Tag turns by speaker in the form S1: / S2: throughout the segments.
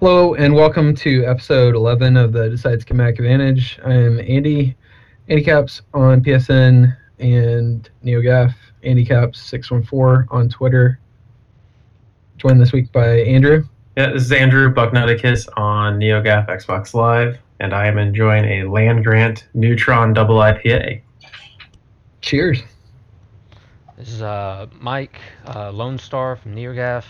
S1: Hello and welcome to episode 11 of the Decide Schematic Advantage. I'm Andy, Andy Caps on PSN and NeoGAF, Andy Caps 614 on Twitter. Joined this week by Andrew.
S2: Yeah, this is Andrew Bucknuticus on NeoGAF Xbox Live, and I am enjoying a Land Grant Neutron Double IPA.
S1: Cheers.
S3: This is uh, Mike uh, Lone Star from NeoGAF,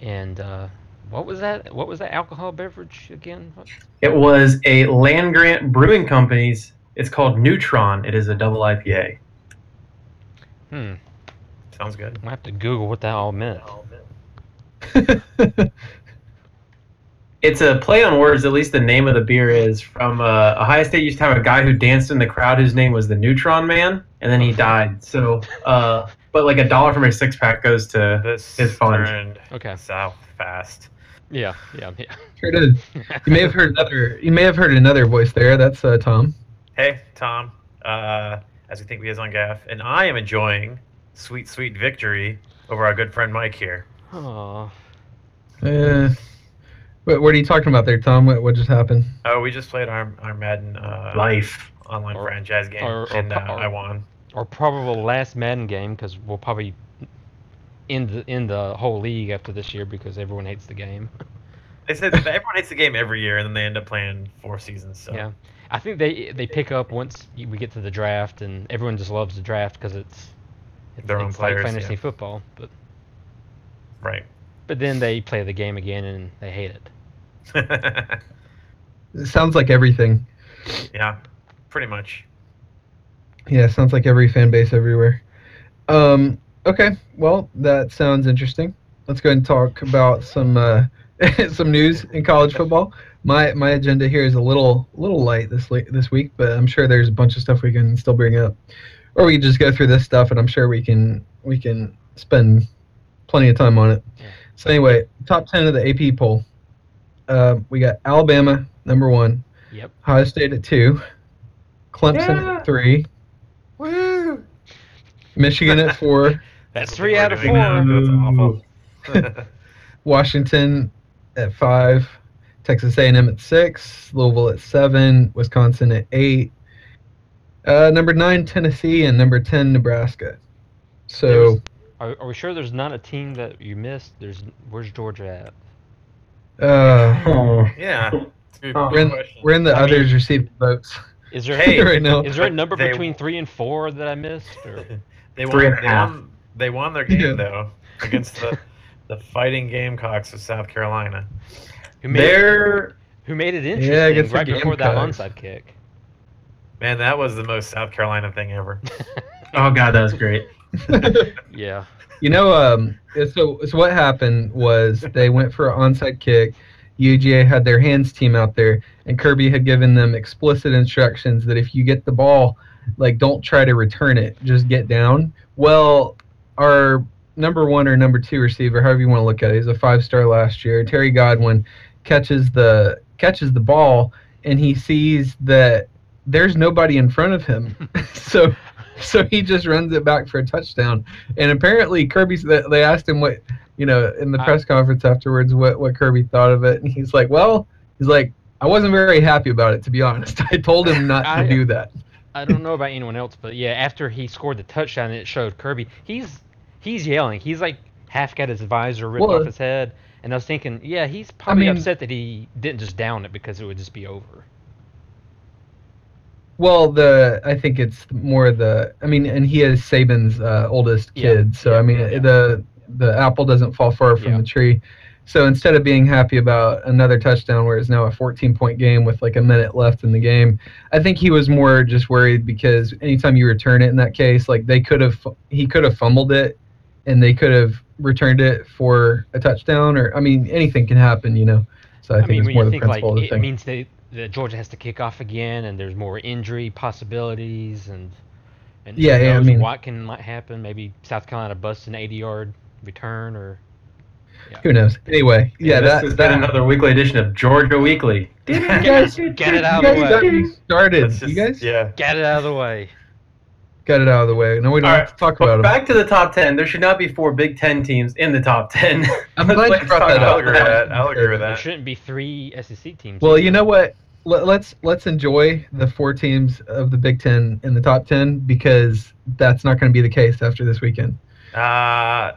S3: and uh, what was that? What was that alcohol beverage again? What-
S2: It was a Land Grant Brewing Company's. It's called Neutron. It is a double IPA.
S3: Hmm,
S2: Sounds good.
S3: I have to Google what that all meant.
S2: It's a play on words. At least the name of the beer is from uh, Ohio State. Used to have a guy who danced in the crowd whose name was the Neutron Man, and then
S3: Uh-huh.
S2: he died. So, uh, but like a dollar from his six pack goes to.
S4: This
S2: It's fun.
S4: turned
S3: Okay.
S4: south fast.
S3: Yeah. Yeah. Yeah.
S1: sure did. You may have heard another. You may have heard another voice there. That's uh, Tom.
S4: Hey, Tom. Uh, as we think we is on Gaff, and I am enjoying sweet, sweet victory over our good friend Mike here.
S3: Aw.
S1: Uh, what, what are you talking about there, Tom? What, what just happened?
S4: Oh, we just played our our Madden uh,
S2: Life.
S4: online
S3: Or-
S4: franchise game,
S3: or- or
S4: and uh,
S3: pro-
S4: I won.
S3: Or probable last Madden game because we'll probably end the, end the whole league after this year because everyone hates the game.
S4: They said that everyone hates the game every year, and then they end up playing four seasons. So.
S3: Yeah. I think they they pick up once you- we get to the draft, and everyone just loves the draft because it's, it's
S4: Their own
S3: it's
S4: players,
S3: like fantasy
S4: yeah.
S3: football. But
S4: Right.
S3: but then they play the game again and they hate it.
S1: It sounds like everything.
S4: yeah. Pretty much.
S1: Yeah, sounds like every fan base everywhere. Um, okay, well that sounds interesting. Let's go ahead and talk about some uh, some news in college football. My my agenda here is a little little light this le- this week, but I'm sure there's a bunch of stuff we can still bring up, or we can just go through this stuff, and I'm sure we can we can spend plenty of time on it.
S3: Yeah.
S1: So anyway, top ten of the AP poll. Uh, we got Alabama number one,
S3: Yep.
S1: Ohio State at two, Clemson
S2: Yeah.
S1: at three.
S2: Woo!
S1: Michigan at four,
S3: That's
S4: what
S3: three
S4: we're
S3: out of
S4: doing now.
S3: four.
S4: That's awful.
S1: Washington at five, Texas A&M at six, Louisville at seven, Wisconsin at eight, uh, number nine Tennessee, and number ten Nebraska. So
S3: Are, are we sure there's not a team that you missed? There's where's Georgia at?
S1: uh,
S4: yeah. It's a good
S2: We're
S1: we're in,
S4: question.
S1: we're in the
S3: I mean-
S1: others receiving votes
S3: Is there
S4: Hey,
S1: right now.
S3: is there a number
S4: they-
S3: between three and four that I missed? Or
S4: They
S2: Three
S4: won,
S2: and a
S4: they
S2: half.
S4: won. They won their
S1: Yeah.
S4: game though against the the Fighting Gamecocks of South Carolina.
S3: who made it,
S2: They're
S3: who made it
S1: Yeah,
S3: interesting
S1: against the
S3: right before that
S1: Gamecocks.
S3: onside kick?
S4: Man, that was the most South Carolina thing ever.
S2: oh god, that was great.
S3: Yeah.
S1: You know, um, so so what happened was they went for an onside kick. UGA had their hands team out there, and Kirby had given them explicit instructions that if you get the ball, like don't try to return it, just get down. Well, our number one or number two receiver, however you want to look at it, he's a five star last year. Terry Godwin catches the catches the ball, and he sees that there's nobody in front of him, so so he just runs it back for a touchdown. And apparently Kirby, they they asked him what, you know, in the
S3: I-
S1: press conference afterwards, what, what Kirby thought of it. And he's like, well, he's like, I wasn't very happy about it, to be honest. I told him not
S3: I-
S1: to do that.
S3: I don't know about anyone else, but yeah, after he scored the touchdown, and it showed Kirby. He's he's yelling. He's like half got his visor ripped
S1: Well,
S3: off his head, and I was thinking, yeah, he's probably
S1: mean-
S3: upset that he didn't just down it because it would just be over.
S1: Well, the I think it's more the I mean, and he is Saban's uh, oldest
S3: Yeah,
S1: kid, so
S3: yeah,
S1: I mean,
S3: yeah, yeah.
S1: the the apple doesn't fall far from
S3: Yeah.
S1: the tree. So instead of being happy about another touchdown, where it's now a 14-point game with like a minute left in the game, I think he was more just worried because anytime you return it in that case, like they could have he could have fumbled it, and they could have returned it for a touchdown, or I mean, anything can happen, you know. So I, think
S3: mean,
S1: it's
S3: when
S1: more the
S3: you think like
S1: principle of the
S3: it
S1: thing.
S3: means they, that Georgia has to kick off again, and there's more injury possibilities, and and
S1: Yeah,
S3: who
S1: yeah, I
S3: knows
S1: mean-
S3: what can might happen. Maybe South Carolina busts an 80-yard return, or
S1: Who knows? Anyway, yeah,
S2: this
S1: that,
S2: has
S1: that
S2: been another weekly edition of Georgia Weekly.
S1: You guys-
S3: get it out
S1: you
S3: of
S1: guys
S3: the way.
S1: got me started.
S4: That's just-
S1: you guys,
S4: Yeah.
S3: Get it out of the way.
S1: Got it out of the way. No, we don't
S2: All
S1: have to talk
S2: But
S1: about it.
S2: back to the top ten. There should not be four Big Ten teams in the top ten.
S1: I'm glad
S2: Let's
S1: you brought
S2: talk
S1: that up.
S2: about
S4: I'll agree with that. I'll agree with
S3: There
S4: that.
S3: shouldn't be three SEC teams.
S1: Well,
S3: either.
S1: you know what? Let, let's let's enjoy the four teams of the Big Ten in the top ten because that's not going to be the case after this weekend.
S4: Uh,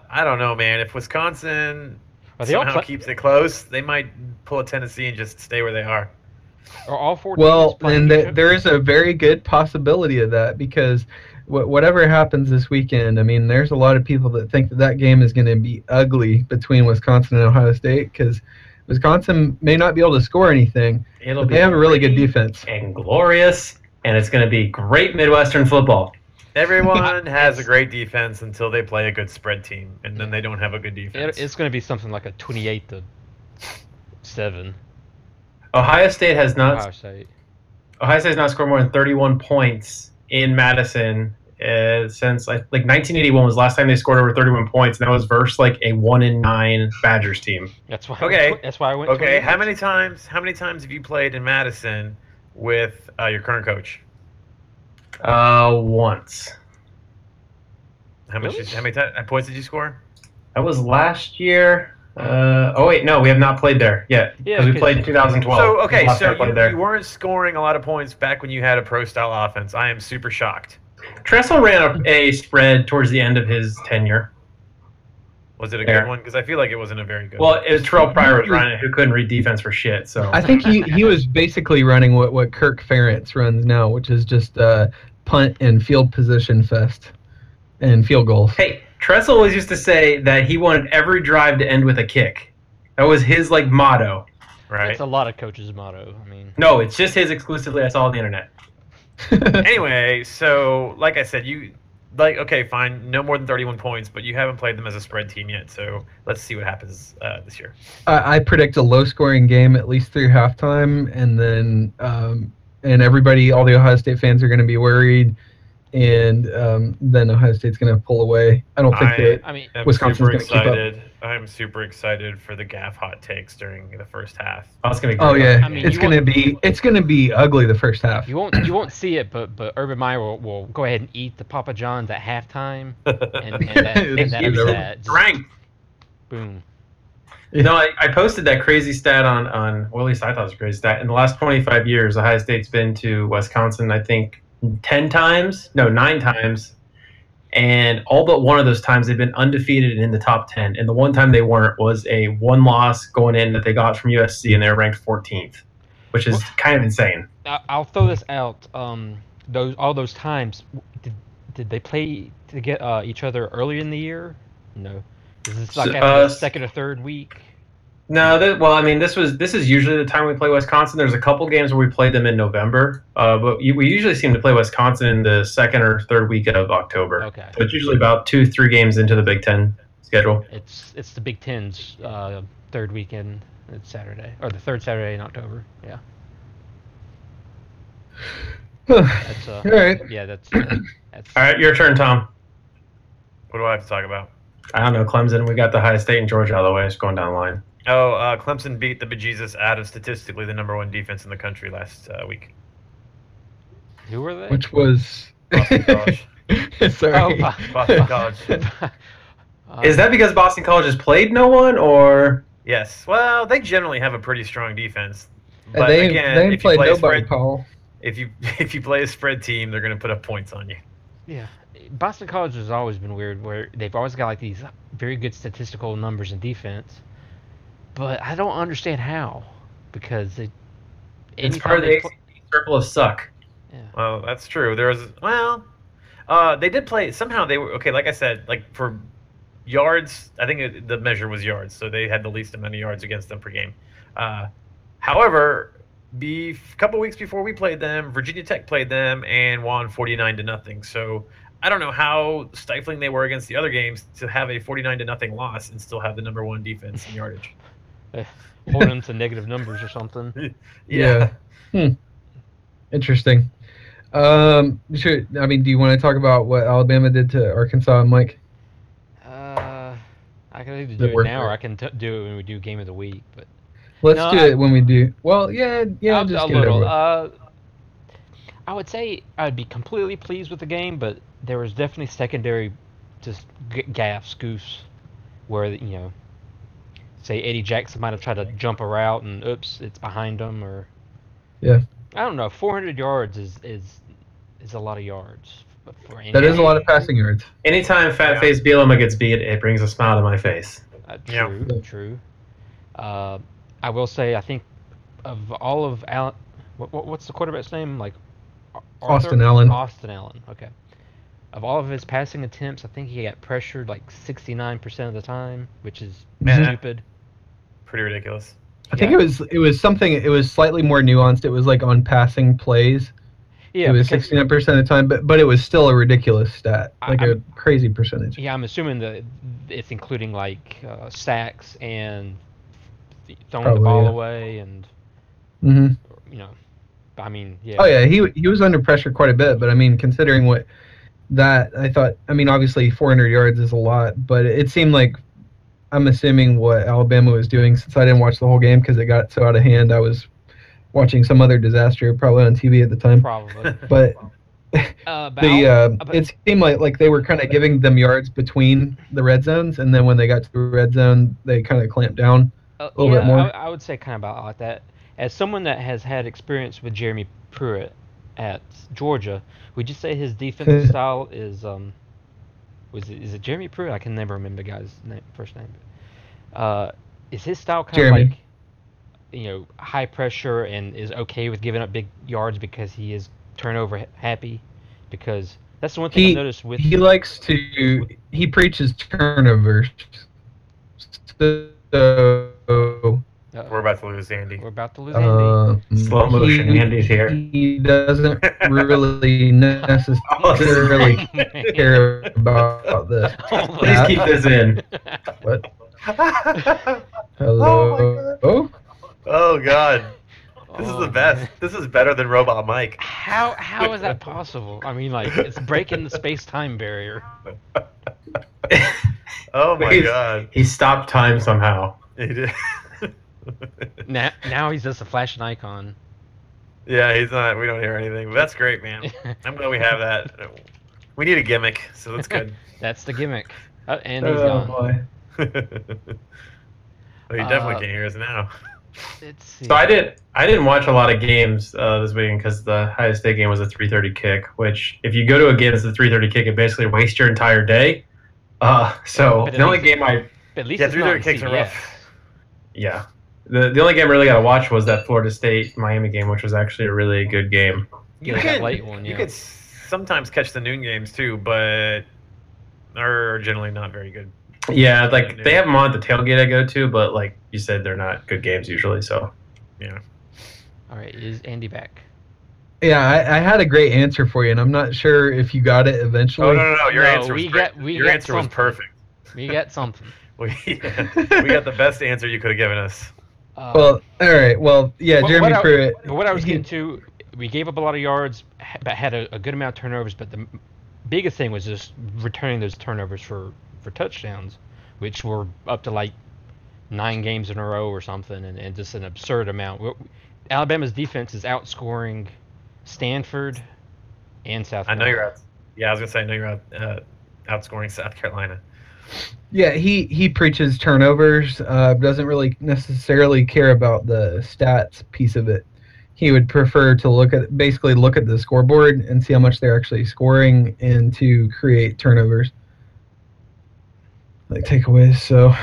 S4: I don't know, man. If Wisconsin
S3: Are they all
S4: somehow
S3: pla-
S4: keeps it close, they might pull a Tennessee and just stay where they are.
S3: are all four
S1: Well,
S3: teams playing
S1: and
S3: each
S1: th-
S3: other?
S1: there is a very good possibility of that because wh- whatever happens this weekend, I mean, there's a lot of people that think that that game is going to be ugly between Wisconsin and Ohio State because Wisconsin may not be able to score anything,
S2: It'll
S1: but they have a really good defense.
S2: and glorious, and it's going to be great Midwestern football.
S4: Everyone has a great defense until they play a good spread team, and then they don't have a good defense.
S3: It- it's going to be something like a 28 to 7.
S2: Ohio State has not.
S3: Ohio State.
S2: Ohio State has not scored more than 31 points in Madison uh, since like, like 1981 was the last time they scored over 31 points, and that was versus like a one in nine Badgers team.
S3: That's why. I
S4: Okay.
S3: went, tw- that's why I went.
S4: okay,
S3: 28.
S4: how many times? How many times have you played in Madison with uh, your current coach?
S2: Uh, once
S4: How much?
S3: Really?
S4: How many ti- uh, points did you score?
S2: that was last year. Uh, oh wait, no, we have not played there yet.
S3: Yeah,
S2: Yeah, we
S3: 'cause-
S2: played in 2012.
S4: so okay,
S2: Last
S4: so
S2: time I played
S4: you,
S2: there.
S4: you weren't scoring a lot of points back when you had a pro style offense. I am super shocked.
S2: Tressel ran a, a spread towards the end of his tenure.
S4: Was it a
S2: Fair.
S4: good one? Because I feel like it wasn't a very good.
S2: Well,
S4: one.
S2: it was Terrell Pryor was running it, who couldn't read defense for shit. So
S1: I think he, he was basically running what, what Kirk Ferentz runs now, which is just uh, punt and field position fest and field goals.
S2: Hey, Tressel always used to say that he wanted every drive to end with a kick. That was his like motto.
S4: right.
S3: That's a lot of coaches' motto. I mean,
S2: No, it's just his exclusively. I saw on the internet.
S4: anyway, so like I said, you like okay, fine, no more than thirty-one points, but you haven't played them as a spread team yet. So let's see what happens uh, this year.
S1: I, I predict a low-scoring game at least through halftime, and then um, and everybody, all the Ohio State fans are going to be worried, and um, then Ohio State's going to pull away. I don't think
S4: I-
S1: that
S3: I mean,
S4: I'm
S1: Wisconsin's
S4: super
S1: gonna keep up.
S4: excited. I'm super excited for the gaff hot takes during the first half.
S2: Oh, it's gonna be.
S1: Oh
S2: great.
S1: yeah,
S3: I mean,
S1: it's
S3: you
S1: going to
S3: want-
S1: be it's going to be ugly the first half.
S3: you won't you won't see it, but but Urban Meyer will, will go ahead and eat the Papa John's at halftime, and, and, that, and
S1: It's
S3: that's
S1: over.
S3: that. Just
S2: Frank.
S3: boom.
S2: No, I, I posted that crazy stat on on. Well, at least I thought it was a crazy stat. In the last 25 years, Ohio State's been to Wisconsin. I think 10 times. No, nine times. And all but one of those times, they've been undefeated and in the top 10. And the one time they weren't was a one loss going in that they got from USC, and they were ranked 14th, which is kind of insane.
S3: I- I'll throw this out. Um, those all those times, w- did, did they play to get uh, each other earlier in the year? No. Is this like
S2: S-
S3: after
S2: uh,
S3: the second or third week?
S2: No, that, well, I mean, this was this is usually the time we play Wisconsin. There's a couple games where we played them in November, uh, but you, we usually seem to play Wisconsin in the second or third week of October.
S3: Okay.
S2: So it's usually about two, three games into the Big Ten schedule.
S3: It's it's the Big Ten's uh, third weekend. It's Saturday or the third Saturday in October. Yeah. That's uh.
S1: all right,
S3: Yeah, that's uh, that's.
S2: All right, your turn, Tom.
S4: What do I have to talk about?
S2: I don't know Clemson. We got the high state and Georgia out of the way. It's going down the line.
S4: Oh, uh, Clemson beat the bejesus out of statistically the number one defense in the country last uh, week.
S3: Who were they?
S1: which was
S4: Boston College.
S1: sorry.
S3: Oh,
S4: Boston College.
S3: Uh,
S2: is that because Boston College has played no one, or
S4: Yes. Well, they generally have a pretty strong defense.
S1: And
S4: But
S1: they
S4: again,
S1: they
S4: if
S1: played
S4: you play a
S1: nobody,
S4: spread,
S1: Paul.
S4: if you if you play a spread team, they're going to put up points on you.
S3: Yeah, Boston College has always been weird, where they've always got like these very good statistical numbers in defense, but I don't understand how because they.
S2: it's
S3: anytime
S2: part of the
S3: they pl-
S2: ACC circle of suck?
S4: Well, that's true. There was well, uh, they did play somehow. They were okay. Like I said, like for yards, I think it, the measure was yards, so they had the least amount of yards against them per game. Uh, however, be a couple weeks before we played them, Virginia Tech played them and won forty nine to nothing. So I don't know how stifling they were against the other games to have a forty nine to nothing loss and still have the number one defense in yardage.
S3: hold them to negative numbers or something.
S1: Yeah. Hmm. Interesting. Um, should, I mean, do you want to talk about what Alabama did to Arkansas and Mike?
S3: Uh, I can either
S1: That
S3: do it
S1: work
S3: now
S1: for-
S3: or I can t- do it when we do game of the week. But
S1: Let's
S3: No,
S1: do
S3: I-
S1: it when we do. Well, yeah, yeah,
S3: Um,
S1: just
S3: a
S1: get it over
S3: little.
S1: with.
S3: Uh, I would say I'd be completely pleased with the game, but there was definitely secondary, just g- gaffes, goofs, where you know, say Eddie Jackson might have tried to jump a route and oops, it's behind him or.
S1: Yeah.
S3: I don't know. 400 yards is is is a lot of yards f- for any.
S1: That is a lot of passing yards.
S2: Anytime Fat
S4: Yeah.
S2: Face Bielema gets beat, it brings a smile to my face.
S3: Uh,
S4: Yeah.
S3: true, true. Uh, I will say, I think of all of Allen, what, what, what's the quarterback's name? Like Ar- Arthur?
S1: Austin Allen.
S3: Austin Allen. Okay. Of all of his passing attempts, I think he got pressured like 69% of the time, which is
S4: Man, that-
S3: stupid.
S4: Pretty ridiculous.
S1: I think
S3: Yeah.
S1: it was it was something it was slightly more nuanced. It was like on passing plays.
S3: Yeah,
S1: it was
S3: because-
S1: sixty nine percent of the time, but but it was still a ridiculous stat,
S3: I-
S1: like a crazy percentage.
S3: yeah, I'm assuming that it's including like uh, sacks and th- throwing
S1: Probably,
S3: the ball
S1: yeah.
S3: away and,
S1: hmm
S3: you know, I mean, yeah.
S1: Oh yeah, he he was under pressure quite a bit, but I mean, considering what that, I thought, I mean, obviously four hundred yards is a lot, but it seemed like I'm assuming what Alabama was doing since I didn't watch the whole game because it got so out of hand. I was watching some other disaster probably on TV at the time,
S3: Probably.
S1: but
S3: Uh, but
S1: the
S3: I'll-
S1: uh,
S3: but-
S1: it seemed like like they were kind of giving them yards between the red zones, and then when they got to the red zone, they kind of clamped down.
S3: A
S1: little bit more.
S3: Uh, I, I would say kind of about like that. As someone that has had experience with Jeremy Pruitt at Georgia, would you say his defensive style is um was it, is it Jeremy Pruitt? I can never remember the guy's name, first name. Uh, is his style kind
S1: Jeremy.
S3: of like you know high pressure and is okay with giving up big yards because he is turnover ha- happy? Because that's the one thing I
S1: He-
S3: noticed with
S1: he likes to he preaches turnovers. So
S3: uh,
S4: We're about to lose Andy.
S3: we're about to lose Andy.
S1: uh,
S2: Slow motion,
S1: he-
S2: Andy's here.
S1: He doesn't really necessarily
S3: Oh, man.
S1: care about this.
S3: Oh,
S2: Please
S1: Yeah.
S2: keep this in.
S1: What?
S4: oh
S1: Hello. Oh,
S4: God, this is
S3: Oh,
S4: the
S3: man.
S4: best. This is better than Robot Mike.
S3: How how is that possible? I mean, like it's breaking the space time barrier.
S4: Oh my
S2: Wait.
S4: God.
S2: He stopped time somehow.
S4: He did-
S3: Now now he's just a flashing icon.
S4: yeah, he's not. We don't hear anything. But that's great, man. I'm glad we have that. We need a gimmick, so that's good.
S3: That's the gimmick. Uh, and he's
S2: Oh,
S3: gone.
S2: boy.
S4: oh, you definitely
S3: Uh,
S4: can hear us now.
S3: Let's see.
S2: So I didn't I didn't watch a lot of games uh, this weekend because the highest day game was a 3:30 kick. Which if you go to a game that's a 3:30 kick, it basically wastes your entire day. Uh, so
S3: But at
S2: the only
S3: least-
S2: game I
S3: At least
S4: Yeah,
S3: it's
S4: three
S3: not
S4: dirty
S3: on
S4: kicks are
S3: CBS.
S4: rough.
S2: yeah the the only game I really got to watch was that Florida State Miami game, which was actually a really good game.
S3: Yeah,
S4: You
S3: that
S4: can-
S3: late one. Yeah.
S4: You could sometimes catch the noon games too, but are generally not very good.
S2: Yeah, like they have them on at the tailgate I go to, but like you said, they're not good games usually. So
S3: All right, is Andy back?
S1: Yeah, I, I had a great answer for you, and I'm not sure if you got it eventually.
S4: Oh no, no, no! Your
S3: No,
S4: answer was
S3: we
S4: great.
S3: got- we
S4: your
S3: got
S4: answer was
S3: something.
S4: perfect.
S3: We got something.
S4: We, we got the best answer you could have given us.
S3: Uh,
S1: Well, all right. Well, yeah,
S3: What-
S1: Jeremy
S3: what I-
S1: Pruitt.
S3: but what I was
S1: he-
S3: getting to, we gave up a lot of yards, ha- but had a, a good amount of turnovers. But the m- biggest thing was just returning those turnovers for for touchdowns, which were up to like nine games in a row or something, and, and just an absurd amount. We're- Alabama's defense is outscoring Stanford and South.
S4: I know
S3: Carolina.
S4: you're out. Yeah, I was gonna say I know you're out uh, outscoring South Carolina.
S1: Yeah, he he preaches turnovers. Uh, doesn't really necessarily care about the stats piece of it. He would prefer to look at basically look at the scoreboard and see how much they're actually scoring and to create turnovers, like takeaways. So,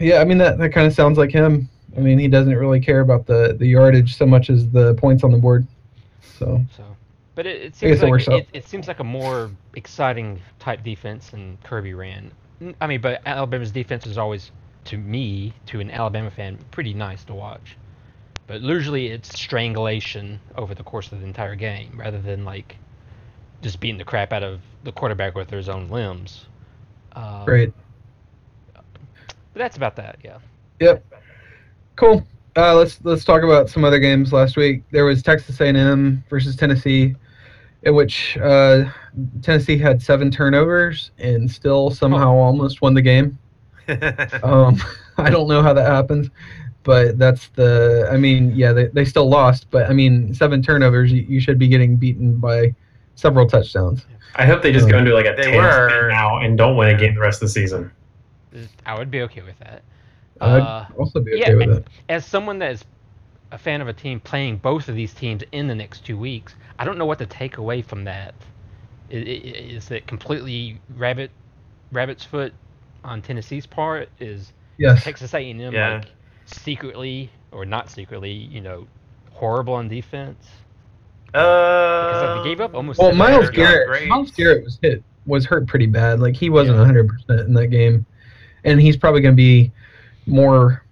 S1: yeah, I mean that that kind of sounds like him. I mean he doesn't really care about the the yardage so much as the points on the board. So
S3: So, but it,
S1: I
S3: it
S1: guess
S3: seems
S1: it
S3: like
S1: works
S3: it,
S1: out.
S3: it, seems like a more exciting type defense than Kirby ran. N- I mean, but Alabama's defense is always, to me, to an Alabama fan, pretty nice to watch. But usually it's strangulation over the course of the entire game, rather than like just beating the crap out of the quarterback with his own limbs. Um,
S1: great.
S3: But that's about that, yeah.
S1: Cool. Uh, let's let's talk about some other games last week. There was Texas A&M versus Tennessee, in which uh, Tennessee had seven turnovers and still somehow almost won the game.
S4: Uh,
S1: Um, I don't know how that happens, but that's the. I mean, yeah, they, they still lost, but I mean, seven turnovers. You, you should be getting beaten by
S5: several touchdowns.
S2: I hope they just go into like a
S4: Oh. They
S2: tailspin
S4: were-
S2: now and don't win a game the rest of the season.
S3: I would be okay with that.
S5: I'd
S3: Uh,
S5: also be okay
S3: yeah,
S5: with
S3: and
S5: it.
S3: as someone that is a fan of a team playing both of these teams in the next two weeks, I don't know what to take away from that. I- i- i- Is it completely rabbit, rabbit's foot on Tennessee's part? Is
S5: Yes.
S3: Texas A&M
S4: Yeah.
S3: like secretly or not secretly, you know, horrible on defense? Because
S4: Uh,
S3: like, they gave up almost.
S5: Well,
S3: every
S5: Miles
S3: yard.
S4: not
S5: Garrett,
S4: great.
S5: Miles Garrett was hit was hurt pretty bad. Like he wasn't
S3: Yeah.
S5: 100 percent in that game, and he's probably going to be more,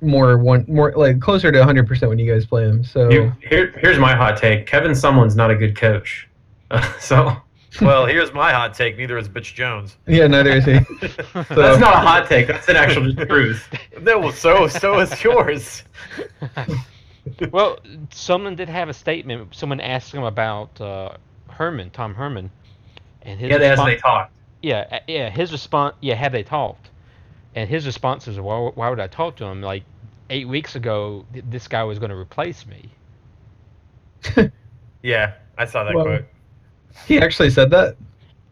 S5: more one more like closer to 100 percent when you guys play him. So
S4: Oh.
S2: You- here, here's my hot take: Kevin Sumlin's not a good coach. so
S4: well, here's my hot take. Neither is Bitch Jones.
S5: yeah, neither is he.
S2: that's
S5: So-
S2: not a hot take. That's an actual truth.
S4: No, well, so so is yours.
S3: well, someone did have a statement. Someone asked him about uh, Herman, Tom Herman, and his
S2: Yeah, they- as
S3: respon-
S2: they talked.
S3: yeah, uh, yeah, his response, yeah, have they talked? And his response is, why, why would I talk to him? Like eight weeks ago, th- this guy was going to replace me.
S4: Yeah, I saw that
S5: Well,
S4: quote.
S5: He actually said that.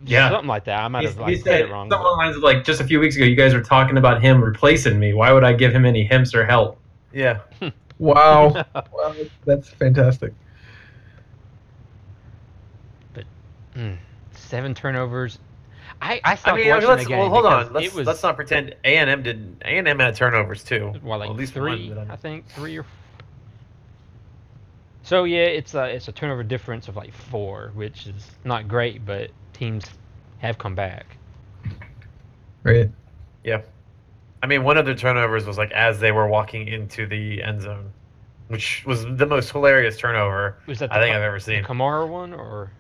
S2: Yeah.
S3: something like that. I might
S2: He,
S3: have like,
S2: he
S3: said
S2: said
S3: it wrong.
S2: something
S3: but-
S2: along the lines of like just a few weeks ago, you guys were talking about him replacing me. Why would I give him any hints or help?
S4: Yeah.
S5: Wow, wow that's fantastic.
S3: Mm. seven turnovers. I I stopped
S4: I mean,
S3: watching
S4: let's,
S3: the game
S4: well, hold
S3: because
S4: on. Let's,
S3: it was
S4: let's not pretend A and M didn't. A and M had turnovers too.
S3: well, like
S4: Well, at least
S3: three,
S4: one that I-
S3: I think three or. So yeah, it's a it's a turnover difference of like four, which is not great, but teams have come back.
S5: Right.
S4: I mean, one of their turnovers was like as they were walking into the end zone, which was the most hilarious turnover
S3: Was that the
S4: I think
S3: Ka-
S4: I've ever
S3: the
S4: seen.
S3: Kamara one or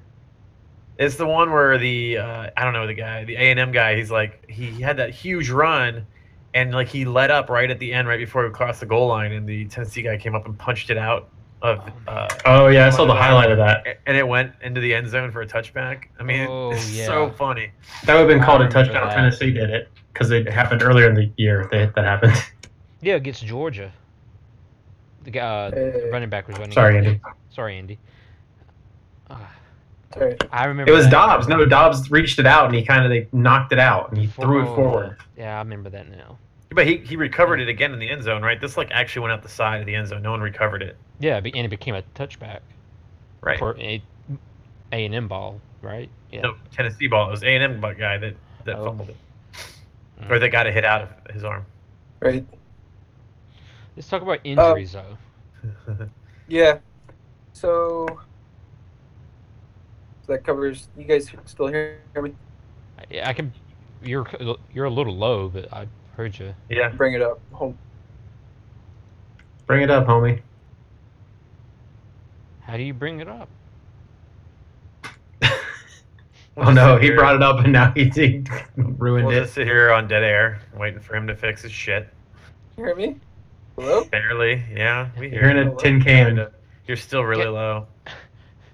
S4: It's the one where the uh, I don't know the guy, the A and M guy. He's like he had that huge run, and like he let up right at the end, right before he crossed the goal line, and the Tennessee guy came up and punched it out of, uh,
S2: Oh yeah, I saw the highlight of that.
S4: and it went into the end zone for a touchback. I mean,
S3: Oh,
S4: it's
S3: yeah.
S4: so funny.
S2: That would have been
S3: I
S2: called a
S3: remember
S2: touchdown.
S3: that.
S2: if Tennessee did it because it happened earlier in the year. They, that happened.
S3: yeah against Georgia. The guy, uh, the
S5: Uh,
S3: running back was running.
S2: Sorry,
S3: against-
S2: Andy.
S3: Sorry, Andy. Ah, I remember
S2: It was
S3: that.
S2: Dobbs. No, Dobbs reached it out and he kind of they knocked it out and he threw it
S3: Oh,
S2: forward.
S3: Yeah, I remember that now.
S4: But he, he recovered it again in the end zone, right? This like actually went out the side of the end zone. No one recovered it,
S3: Yeah, be- and it became a touchback.
S4: right?
S3: for a A and M ball, right? Yeah.
S4: No Tennessee ball. It was A and M guy that that
S3: Oh.
S4: fumbled it,
S3: Mm.
S4: or that got a hit out of his arm.
S1: Right.
S3: Let's talk about injuries though.
S1: Yeah. So that covers. You guys still hear me?
S3: I, I can. You're you're a little low, but I heard you.
S4: yeah.
S1: Bring it up. Home.
S2: Bring it up, homie.
S3: How do you bring it up?
S2: Oh no, he brought it up and now he, he ruined
S4: We'll
S2: it.
S4: just sit here on dead air, waiting for him to fix his shit.
S1: You hear me? Hello.
S4: Barely, yeah. We
S2: You're
S4: hear
S2: in
S4: you.
S2: a tin can.
S4: You're still really
S3: Get-
S4: low.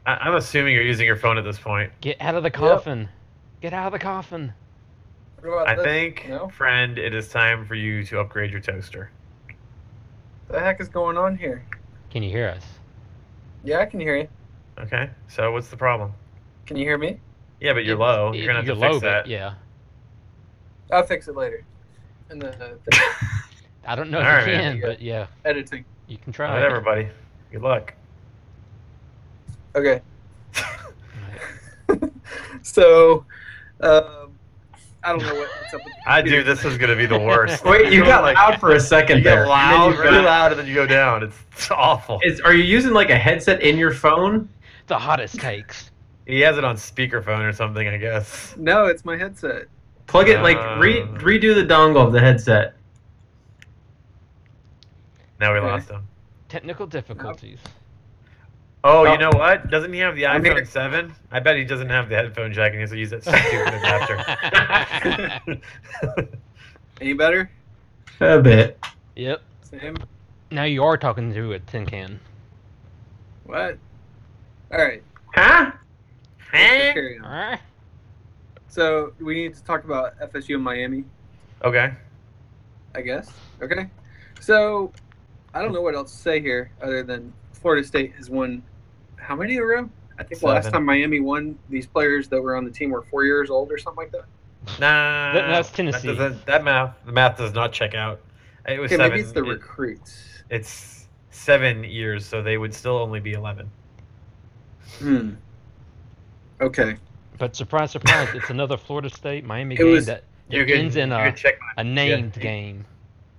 S4: I- I'm assuming you're using your phone at this point.
S3: Get out of the coffin. Get out of the coffin.
S1: What about
S4: I
S2: Uh,
S1: this?
S4: think,
S1: No.
S4: friend, it is time for you to upgrade your toaster.
S1: The heck is going on here?
S3: Can you hear us?
S1: Yeah, I can hear you.
S4: Okay. So what's the problem?
S1: Can you hear me?
S4: Yeah, but you're
S3: It-
S4: low.
S3: it-
S4: You're gonna have to
S3: low,
S4: fix
S3: but
S4: that.
S3: Yeah.
S1: I'll fix it later. In the uh, the
S3: I don't know if
S4: All
S3: you
S4: right, man.
S3: can, but yeah,
S1: editing.
S3: you can try.
S4: Whatever, buddy. Good luck.
S1: Okay.
S3: Right.
S1: so, um, I don't know what- what's up with. the
S4: I do.
S1: computer.
S4: This is gonna be the worst.
S2: Wait, you got loud for a
S4: You
S2: second there.
S4: get loud,
S2: And then you
S4: really
S2: got-
S4: loud, and then you go down. It's, it's awful.
S2: Is, are you using like a headset in your phone?
S3: The hottest takes.
S4: He has it on speakerphone or something, I guess.
S1: No, it's my headset.
S2: Plug it like re,
S4: Uh.
S2: redo the dongle of the headset.
S4: Now we
S1: Okay.
S4: lost him.
S3: Technical difficulties.
S4: Oh,
S2: Oh.
S4: you know what? Doesn't he have the
S1: I'm
S4: iPhone
S1: here.
S4: 7? I bet he doesn't have the headphone jack and he has to use that stupid adapter.
S1: Any better?
S2: A bit.
S3: Yep.
S1: Same.
S3: Now you are talking to a tin can.
S1: What? All right.
S2: Huh?
S4: Eh?
S1: Carry
S3: All
S1: on.
S3: right.
S1: So we need to talk about FSU and Miami,
S4: okay.
S1: I guess. Okay. So I don't know what else to say here other than Florida State has won how many in a row? I think the last
S4: Seven.
S1: time Miami won, these players that were on the team were four years old or something like that.
S4: Nah,
S3: That- that's Tennessee.
S4: That, doesn't- that math, the math does not check out. It was
S1: Okay,
S4: seven.
S1: maybe it's the
S4: it-
S1: recruits.
S4: it's seven years, so they would still only be eleven.
S1: Hmm. Okay.
S3: But surprise, surprise, it's another Florida State Miami
S1: It
S3: game
S1: was-
S3: that
S4: You
S3: it
S4: can,
S3: ends in
S4: you
S3: a,
S4: can check. My,
S3: a named
S4: you-
S3: game.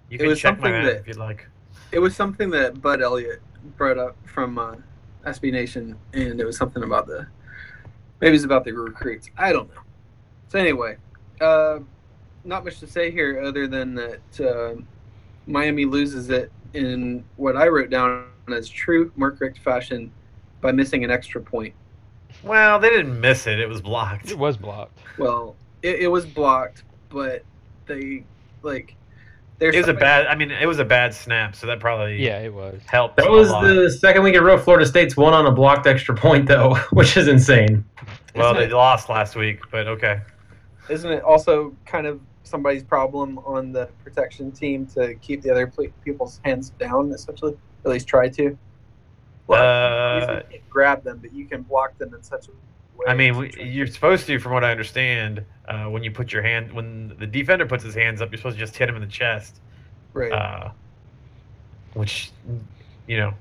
S4: you
S1: it
S4: can
S1: was
S4: check my
S1: something
S4: math
S1: that-
S4: if you'd like.
S1: It was something that Bud Elliott brought up from uh, SB Nation, and it was something about the maybe it's about the recruits. I don't know. So anyway, uh, not much to say here other than that uh, Miami loses it in what I wrote down as true Mark Richt fashion by missing an extra point.
S4: Well, they didn't miss it. It was blocked.
S3: It was blocked.
S1: Well, it, it was blocked, but they like there's
S4: It was a
S1: somebody-
S4: bad. I mean, it was a bad snap, so that probably
S3: Yeah, it was.
S4: helped.
S2: That
S4: a
S2: was
S4: lot.
S2: the second week in a row Florida State's won on a blocked extra point, though, which is insane.
S4: well,
S1: Isn't
S4: they lost last week, but okay.
S1: isn't it also kind of somebody's problem on the protection team to keep the other ple- people's hands down, essentially? At least try to.
S4: Uh,
S1: you can't grab them, but you can block them in such a way.
S4: I mean, we- you're supposed to, from what I understand, uh, when you put your hand, when the defender puts his hands up, you're supposed to just hit him in the chest,
S1: right.
S4: uh, which, you know,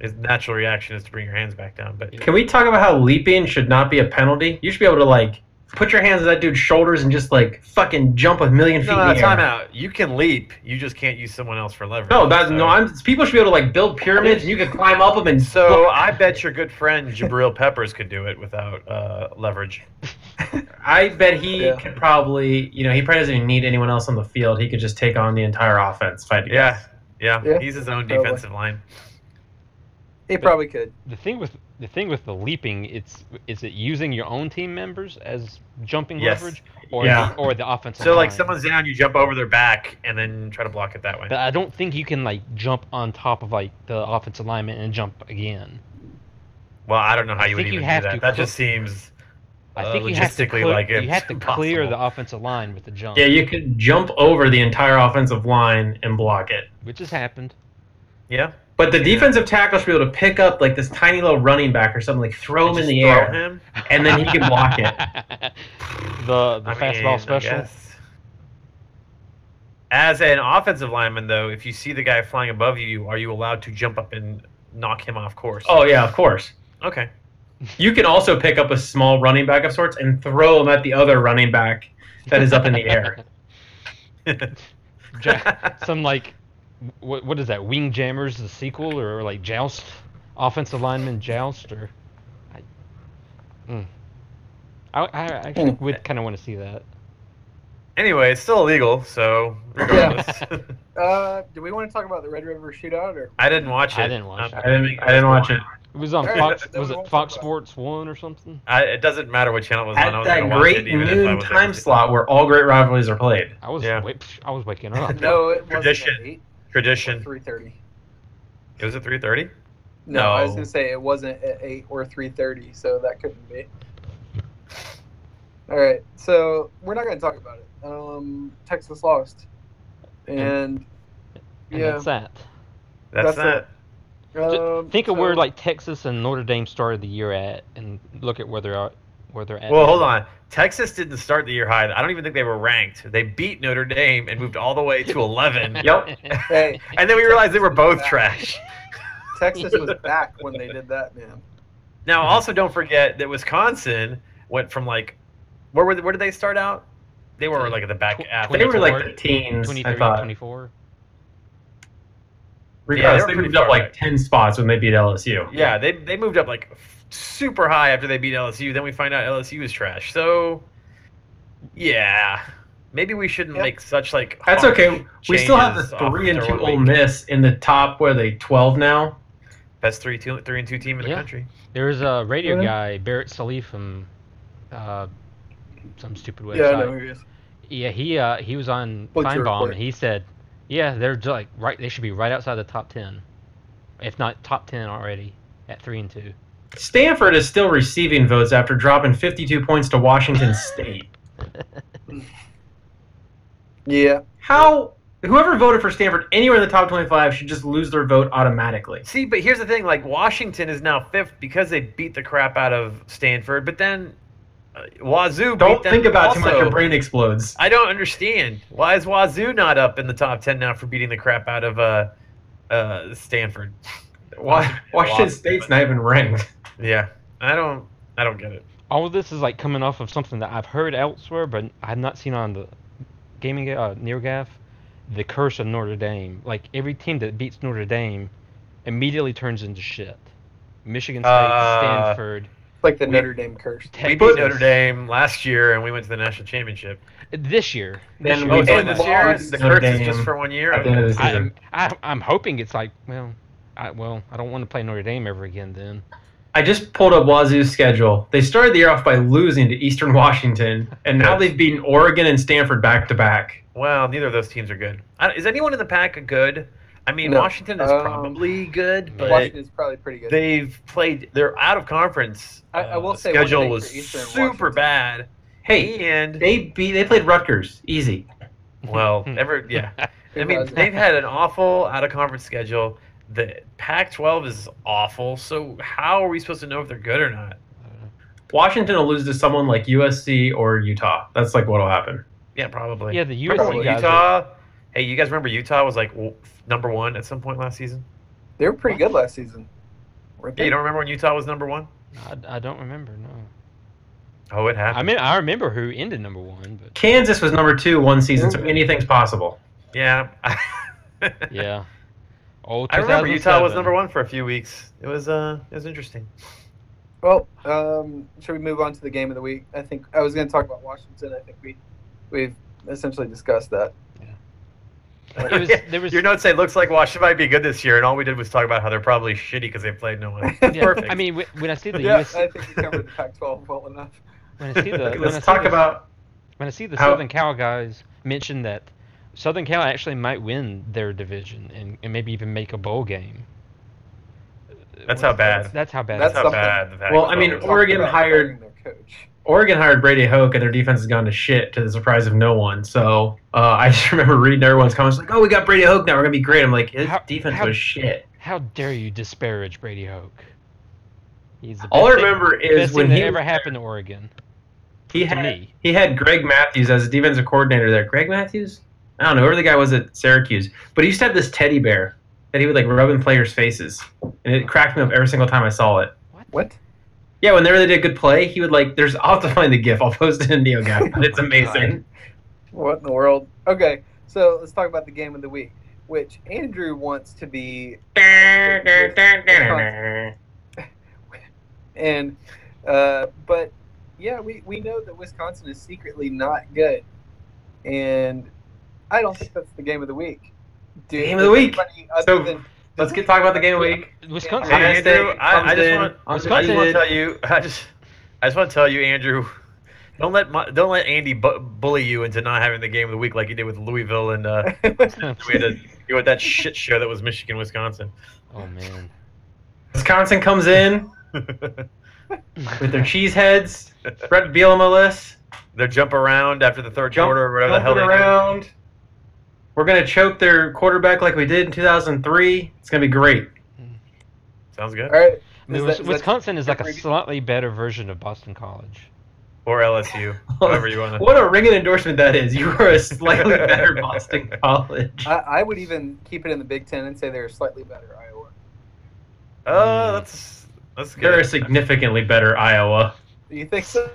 S4: his natural reaction is to bring your hands back down. But
S2: Can we talk about how leaping should not be a penalty? You should be able to like put your hands on that dude's shoulders and just like fucking jump a million feet.
S4: no, no,
S2: in the air.
S4: time out. You can leap. You just can't use someone else for leverage.
S2: No, that
S4: so.
S2: no. I'm people should be able to like build pyramids and you could climb up them and
S4: So I bet your good friend Jabril Peppers could do it without uh, leverage.
S2: I bet he
S1: Yeah.
S2: could probably, you know, he probably doesn't even need anyone else on the field. He could just take on the entire offense. Fight. together.
S4: Yeah, yeah.
S1: Yeah,
S4: He's his own
S1: probably.
S4: defensive line.
S1: they
S4: uh,
S1: probably could.
S3: The thing with the thing with the leaping, it's is it using your own team members as jumping
S4: Yes.
S3: leverage, or
S2: Yeah.
S3: the, or the offensive
S4: So like
S3: line?
S4: someone's down, you jump over their back and then try to block it that way.
S3: But I don't think you can like jump on top of like the offensive lineman and jump again.
S4: Well, I don't know how
S3: I
S4: you would
S3: think you
S4: even
S3: have
S4: do that.
S3: to
S4: That
S3: cook-
S4: just seems.
S3: I
S4: Uh,
S3: think you have to
S4: logistically,
S3: clear,
S4: like,
S3: you
S4: it's
S3: have to clear
S4: impossible.
S3: the offensive line with the jump,
S2: Yeah, you could jump over the entire offensive line and block it.
S3: which has happened.
S4: Yeah.
S2: But the
S4: Yeah.
S2: defensive tackle should be able to pick up like this tiny little running back or something, like throw him in
S4: Just
S2: the
S4: throw
S2: air,
S4: him.
S2: and then he can block it.
S3: The the
S4: I mean, I
S3: fastball special.
S4: guess. As an offensive lineman, though, if you see the guy flying above you, are you allowed to jump up and knock him off course?
S2: Oh yeah, of course.
S4: okay.
S2: You can also pick up a small running back of sorts and throw him at the other running back that is up in the air.
S3: Ja- some like what what is that? Wing Jammers, the sequel, or, like Joust, offensive lineman Joust, or I, mm. I, I actually
S2: Hmm.
S3: would kind of want to see that.
S4: anyway, it's still illegal, so regardless,
S1: Uh, do we want to talk about the Red River Shootout or?
S4: I didn't watch it.
S3: I didn't watch
S4: Um,
S2: I didn't. I didn't watch it.
S3: It was on
S1: All right,
S3: Fox.
S1: that's- that
S3: Was
S1: we
S3: it
S1: won't
S3: Fox
S1: talk about.
S3: Sports One or something?
S4: I, it doesn't matter what channel it was on. I
S2: At
S4: was
S2: that
S4: gonna watch
S2: great
S4: it, even if I
S2: noon
S4: was
S2: time
S4: able to.
S2: slot where all great rivalries are played.
S3: I was
S4: Yeah.
S3: wa- I was waking up.
S1: No, it wasn't
S4: Tradition.
S1: at eight.
S4: Tradition.
S1: Three thirty.
S4: It was at three thirty.
S1: No, I was
S4: No.
S1: gonna say it wasn't at eight or three thirty, so that couldn't be. All right, so we're not gonna talk about it. Um, Texas lost, and
S3: And
S1: yeah,
S3: that's that.
S1: That's
S4: That's, that.
S3: Ju-
S1: um,
S3: Think of where
S1: so-
S3: like Texas and Notre Dame started the year at, and look at where they're at. Where they're at.
S4: Well,
S3: now.
S4: hold on. Texas didn't start the year high. I don't even think they were ranked. They beat Notre Dame and moved all the way to 11.
S2: Yep.
S1: Hey,
S4: And then we realized they were both trash.
S1: Texas was back when they did that, man.
S4: Now, also don't forget that Wisconsin went from like, where were they, where did they start out? They were like at the back
S3: Tw-
S4: half.
S2: They were like
S3: 24,
S2: the teens. I
S3: 23,
S2: thought.
S3: 24.
S2: Regardless,
S4: Yeah, they
S2: they
S4: were
S2: moved up
S4: pretty far
S2: like
S4: back.
S2: ten spots when they beat LSU.
S4: yeah, they they moved up like f- super high after they beat LSU. Then we find out LSU is trash. So, yeah, maybe we shouldn't
S1: Yep.
S4: make such like.
S2: That's
S4: harsh
S2: okay. We still have the
S4: changes off
S2: three and
S4: after
S2: two
S4: one
S2: Ole
S4: week.
S2: Miss in the top. Where they twelve now?
S4: Best three two three and two team in the
S3: Yeah.
S4: country.
S3: There was a radio
S1: Really?
S3: guy, Barrett Salih from uh, some stupid website.
S1: Yeah, I know who he is.
S3: Yeah, he uh, he was on
S1: What's your
S3: Feinbaum
S1: report?
S3: and he said, yeah, they're ju- like right. They should be right outside the top ten, if not top ten already at three and two.
S2: Stanford is still receiving votes after dropping 52 points to Washington State.
S1: Yeah,
S2: How Whoever voted for Stanford anywhere in the top 25 should just lose their vote automatically.
S4: See, but here's the thing: like Washington is now fifth because they beat the crap out of Stanford, but then uh, Wazoo.
S2: Don't
S4: beat them
S2: think about it too
S4: also.
S2: much. Your brain explodes.
S4: I don't understand. Why is Wazoo not up in the top ten now for beating the crap out of uh, uh, Stanford?
S2: Wa- Washington State's not even ranked.
S4: Yeah, I don't. I don't get it.
S3: All of this is like coming off of something that I've heard elsewhere, but I've not seen on the gaming uh, NearGaf. The curse of Notre Dame. Like every team that beats Notre Dame, immediately turns into shit. Michigan State,
S4: Uh,
S3: Stanford,
S1: Like the Notre Dame curse.
S4: We
S3: Texas.
S4: beat Notre Dame last year, and we went to the national championship.
S3: this year.
S2: Then
S3: this
S2: we
S3: year
S4: Oh,
S3: we
S4: it's
S3: did
S4: only
S3: that.
S4: this year.
S1: lost
S4: The
S2: Notre
S4: curse is just
S2: Dame
S4: for one year.
S2: at the end of the season.
S3: I'm, I, I'm hoping it's like, well, I, well, I don't want to play Notre Dame ever again. Then
S2: I just pulled up Wazoo's schedule. They started the year off by losing to Eastern Washington, and now they've beaten Oregon and Stanford back to back.
S4: Well, neither of those teams are good. I, is anyone in the pack good? I mean,
S1: No.
S4: Washington is
S1: Um,
S4: probably good, but
S1: Washington's probably pretty good.
S4: they've played. They're out of conference.
S1: I- I will
S4: the
S1: say one
S4: schedule
S1: thing
S4: was
S1: for Eastern
S4: super
S1: Washington.
S4: bad,
S2: Hey,
S4: and
S2: they beat they played Rutgers easy.
S4: well,
S3: Hmm.
S4: ever yeah. I mean,
S1: Surprising.
S4: they've had an awful out of conference schedule. The Pac-12 is awful. So how are we supposed to know if they're good or not?
S2: Washington will lose to someone like USC or Utah. That's like what'll happen.
S4: Yeah, probably.
S3: yeah, the
S4: Remember
S3: USC
S4: when
S1: Probably.
S3: guys. are-
S4: Utah. Hey, you guys remember Utah was like w- number one at some point last season?
S1: They were pretty good last season. weren't
S4: Yeah,
S1: they?
S4: you don't remember when Utah was number one?
S3: I, I don't remember. No,
S4: Oh, it happened.
S3: I mean, I remember who ended number one, but
S2: Kansas was number two one season, so anything's possible.
S4: yeah.
S3: yeah. Oh,
S4: I remember Utah was
S3: 2007.
S4: number one for a few weeks. It was uh, it was interesting.
S1: Well, um, should we move on to the game of the week? I think I was going to talk about Washington. I think we we've essentially discussed that.
S3: It was, there was,
S4: Your notes say looks like Washington might be good this year, and all we did was talk about how they're probably shitty because they played no one.
S3: yeah,
S4: perfect.
S3: I mean, wh- when I see the
S1: yeah, I
S3: USC,
S1: think we covered the Pac-12 well enough.
S3: when I see the, when I
S2: Let's
S3: see
S2: talk
S3: the-
S2: about
S3: when I see the
S2: how-
S3: Southern Cal guys mention that Southern Cal actually might win their division and, and maybe even make a bowl game.
S4: That's how bad.
S3: That's how bad.
S4: That's
S3: That's
S4: how
S1: something.
S4: bad. the
S2: Well, I mean,
S4: Pac-12 is.
S2: Oregon
S1: Talked about
S2: hired-
S1: firing their coach.
S2: Oregon hired Brady Hoke, and their defense has gone to shit to the surprise of no one. So uh, I just remember reading everyone's comments like, "Oh, we got Brady Hoke now. We're gonna be great." I'm like, "His
S3: How-
S2: defense
S3: how-
S2: was shit."
S3: How dare you disparage Brady Hoke? He's the
S2: All I
S3: best thing-
S2: remember
S3: best
S2: is when
S3: thing
S2: he
S3: that ever happened to Oregon.
S2: he
S3: to
S2: had
S3: me.
S2: he had Greg Matthews as a defensive coordinator there. Greg Matthews, I don't know whoever the guy was at Syracuse, but he used to have this teddy bear that he would like rub in players' faces, and it cracked me up every single time I saw it.
S1: What?
S2: Yeah, whenever they did good play, he would like. There's I'll have to find the gif. I'll post it in NeoGAF, but
S4: Oh
S2: it's amazing.
S1: What in the world? Okay, so let's talk about the game of the week, which Andrew wants to be, and uh, but yeah, we we know that Wisconsin is secretly not good, and I don't think that's the game of the week. Do
S2: Game of the week.
S1: anybody other
S2: So,
S1: than-
S2: Let's get talk about the game of the week.
S3: Wisconsin.
S1: Yeah,
S4: Hey,
S2: Ohio State
S4: Andrew, I, I
S2: comes
S4: just
S2: in
S4: want, I just want
S3: Wisconsin-
S4: to tell you, I just, I just want to tell you, Andrew, don't let my, don't let Andy bu- bully you into not having the game of the week like he did with Louisville and uh, we had to deal with that shit show that was Michigan, Wisconsin.
S3: oh man.
S2: Wisconsin comes in with their cheese heads, Brett Bielemalis,
S4: Their jump around after the third
S2: jump,
S4: quarter or whatever the hell
S2: jumping
S4: they do.
S2: around. We're gonna choke their quarterback like we did in 2003. It's gonna be great.
S4: Sounds good.
S1: All right.
S3: I mean,
S1: Is
S3: Wis-
S1: that- is that-
S3: Wisconsin is like a
S1: pretty good?
S3: slightly better version of Boston College.
S4: Or LSU, whatever you want to.
S2: What a ringing endorsement that is. You are a slightly better Boston College.
S1: I, I would even keep it in the Big Ten and say they're slightly better Iowa. Mm.
S4: Oh, that's that's
S2: They're a
S4: good.
S2: significantly better Iowa.
S1: Do you think so?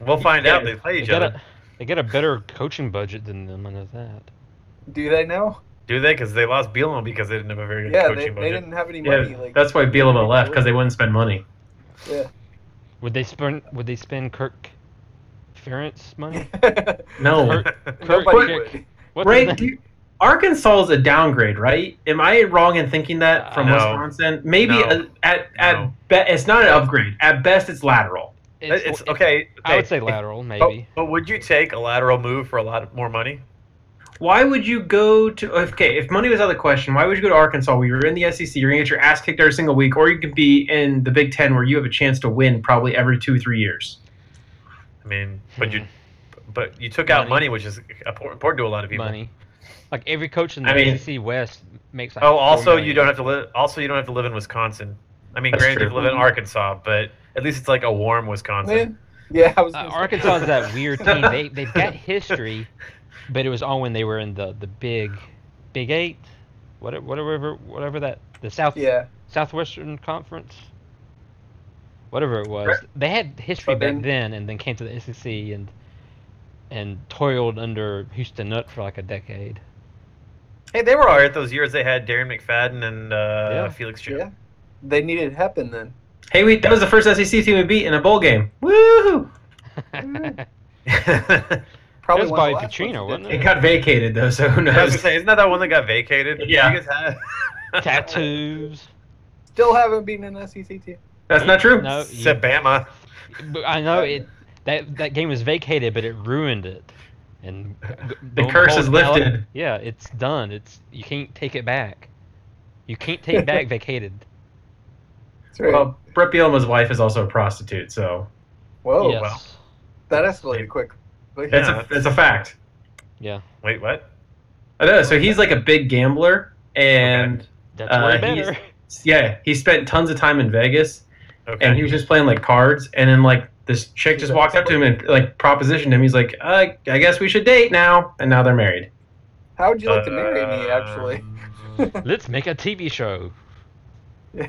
S4: We'll find out. They play
S3: They
S4: each
S3: got,
S4: other.
S3: a, they got a better coaching budget than them. I know that.
S1: Do they know?
S4: Do they? Because they lost Bielema because they didn't have a very good
S1: Yeah, they,
S4: coaching
S1: they
S4: budget.
S1: didn't have any
S2: Yeah,
S1: money. like,
S2: that's why Bielema left because they wouldn't spend money.
S3: Would they spend? Would they spend Kirk Ferentz money?
S2: No.
S3: Kirk-
S1: Nobody
S3: Kirk-
S1: would.
S3: What's his
S2: Right?
S3: name?
S2: Do- Arkansas is a downgrade, right? Am I wrong in thinking that from
S4: No.
S2: Wisconsin? Maybe
S4: No.
S2: a- at at
S4: No.
S2: be, it's not an upgrade. At best, it's lateral.
S4: It's, okay.
S3: I would
S4: okay.
S3: say lateral,
S4: Oh,
S3: maybe.
S4: but would you take a lateral move for a lot more money?
S2: Why would you go to okay? If money was out of the question, why would you go to Arkansas? Where you're in the SEC, you're gonna get your ass kicked every single week, or you could be in the Big Ten, where you have a chance to win probably every two three years.
S4: I mean, but you,
S3: Hmm.
S4: but you took out
S3: Money.
S4: money, which is important important to a lot of people.
S3: Money. Like every coach in the
S4: I mean-
S3: SEC West makes. Like
S4: Oh,
S3: four
S4: also you
S3: million.
S4: don't have to live. Also, you don't have to live in Wisconsin. I mean,
S2: That's
S4: granted, you
S2: true.
S4: live in Arkansas, but at least it's like a warm Wisconsin.
S1: Man, yeah, I was.
S3: Uh,
S1: gonna say-
S3: Arkansas is that weird team. They they've got history, but it was all when they were in the the big, Big Eight, whatever whatever whatever that the South
S1: Yeah,
S3: Southwestern Conference, whatever it was. They had history
S1: But
S3: back then, and then came to the SEC and and toiled under Houston Nutt for like a decade.
S4: Hey, they were all right those years. They had Darren McFadden and uh,
S3: Yeah.
S4: Felix Jones.
S1: yeah. They needed happen then.
S2: Hey, we that was the first SEC team we beat in a bowl game. Woo! Mm.
S1: Probably one of
S3: It was
S1: the
S3: by
S1: last ones
S3: Pacino,
S1: that
S3: wasn't
S1: did.
S2: It got vacated though, so who
S4: I was
S2: knows?
S4: gonna say, isn't that that one that got vacated?
S2: Yeah.
S4: You guys had...
S3: Tattoos.
S1: Still haven't beaten an SEC team.
S2: That's not true.
S3: No, you-
S4: Sabama.
S3: but I know it. That that game was vacated, but it ruined it. And
S2: The curse is
S3: Alabama-
S2: lifted.
S3: yeah, it's done. It's you can't take it back. You can't take back vacated.
S1: That's right.
S2: Well, Brett Bielema's wife is also a prostitute, so
S1: Whoa,
S3: yes.
S4: well.
S1: that escalated quick. But
S2: that's
S4: Yeah.
S2: a that's a fact.
S3: Yeah.
S4: Wait, what?
S2: I know. So he's like a big gambler, and
S3: That's
S2: Uh,
S3: way
S2: he's-
S3: better.
S2: yeah, he spent tons of time in Vegas,
S4: Okay.
S2: and he was just playing like cards, and then like this chick just walked up to him and like propositioned him. He's like, uh, I guess we should date now, and now they're married.
S1: How would you like
S4: Uh,
S1: to marry me? Actually,
S4: Um,
S3: Let's make a TV show.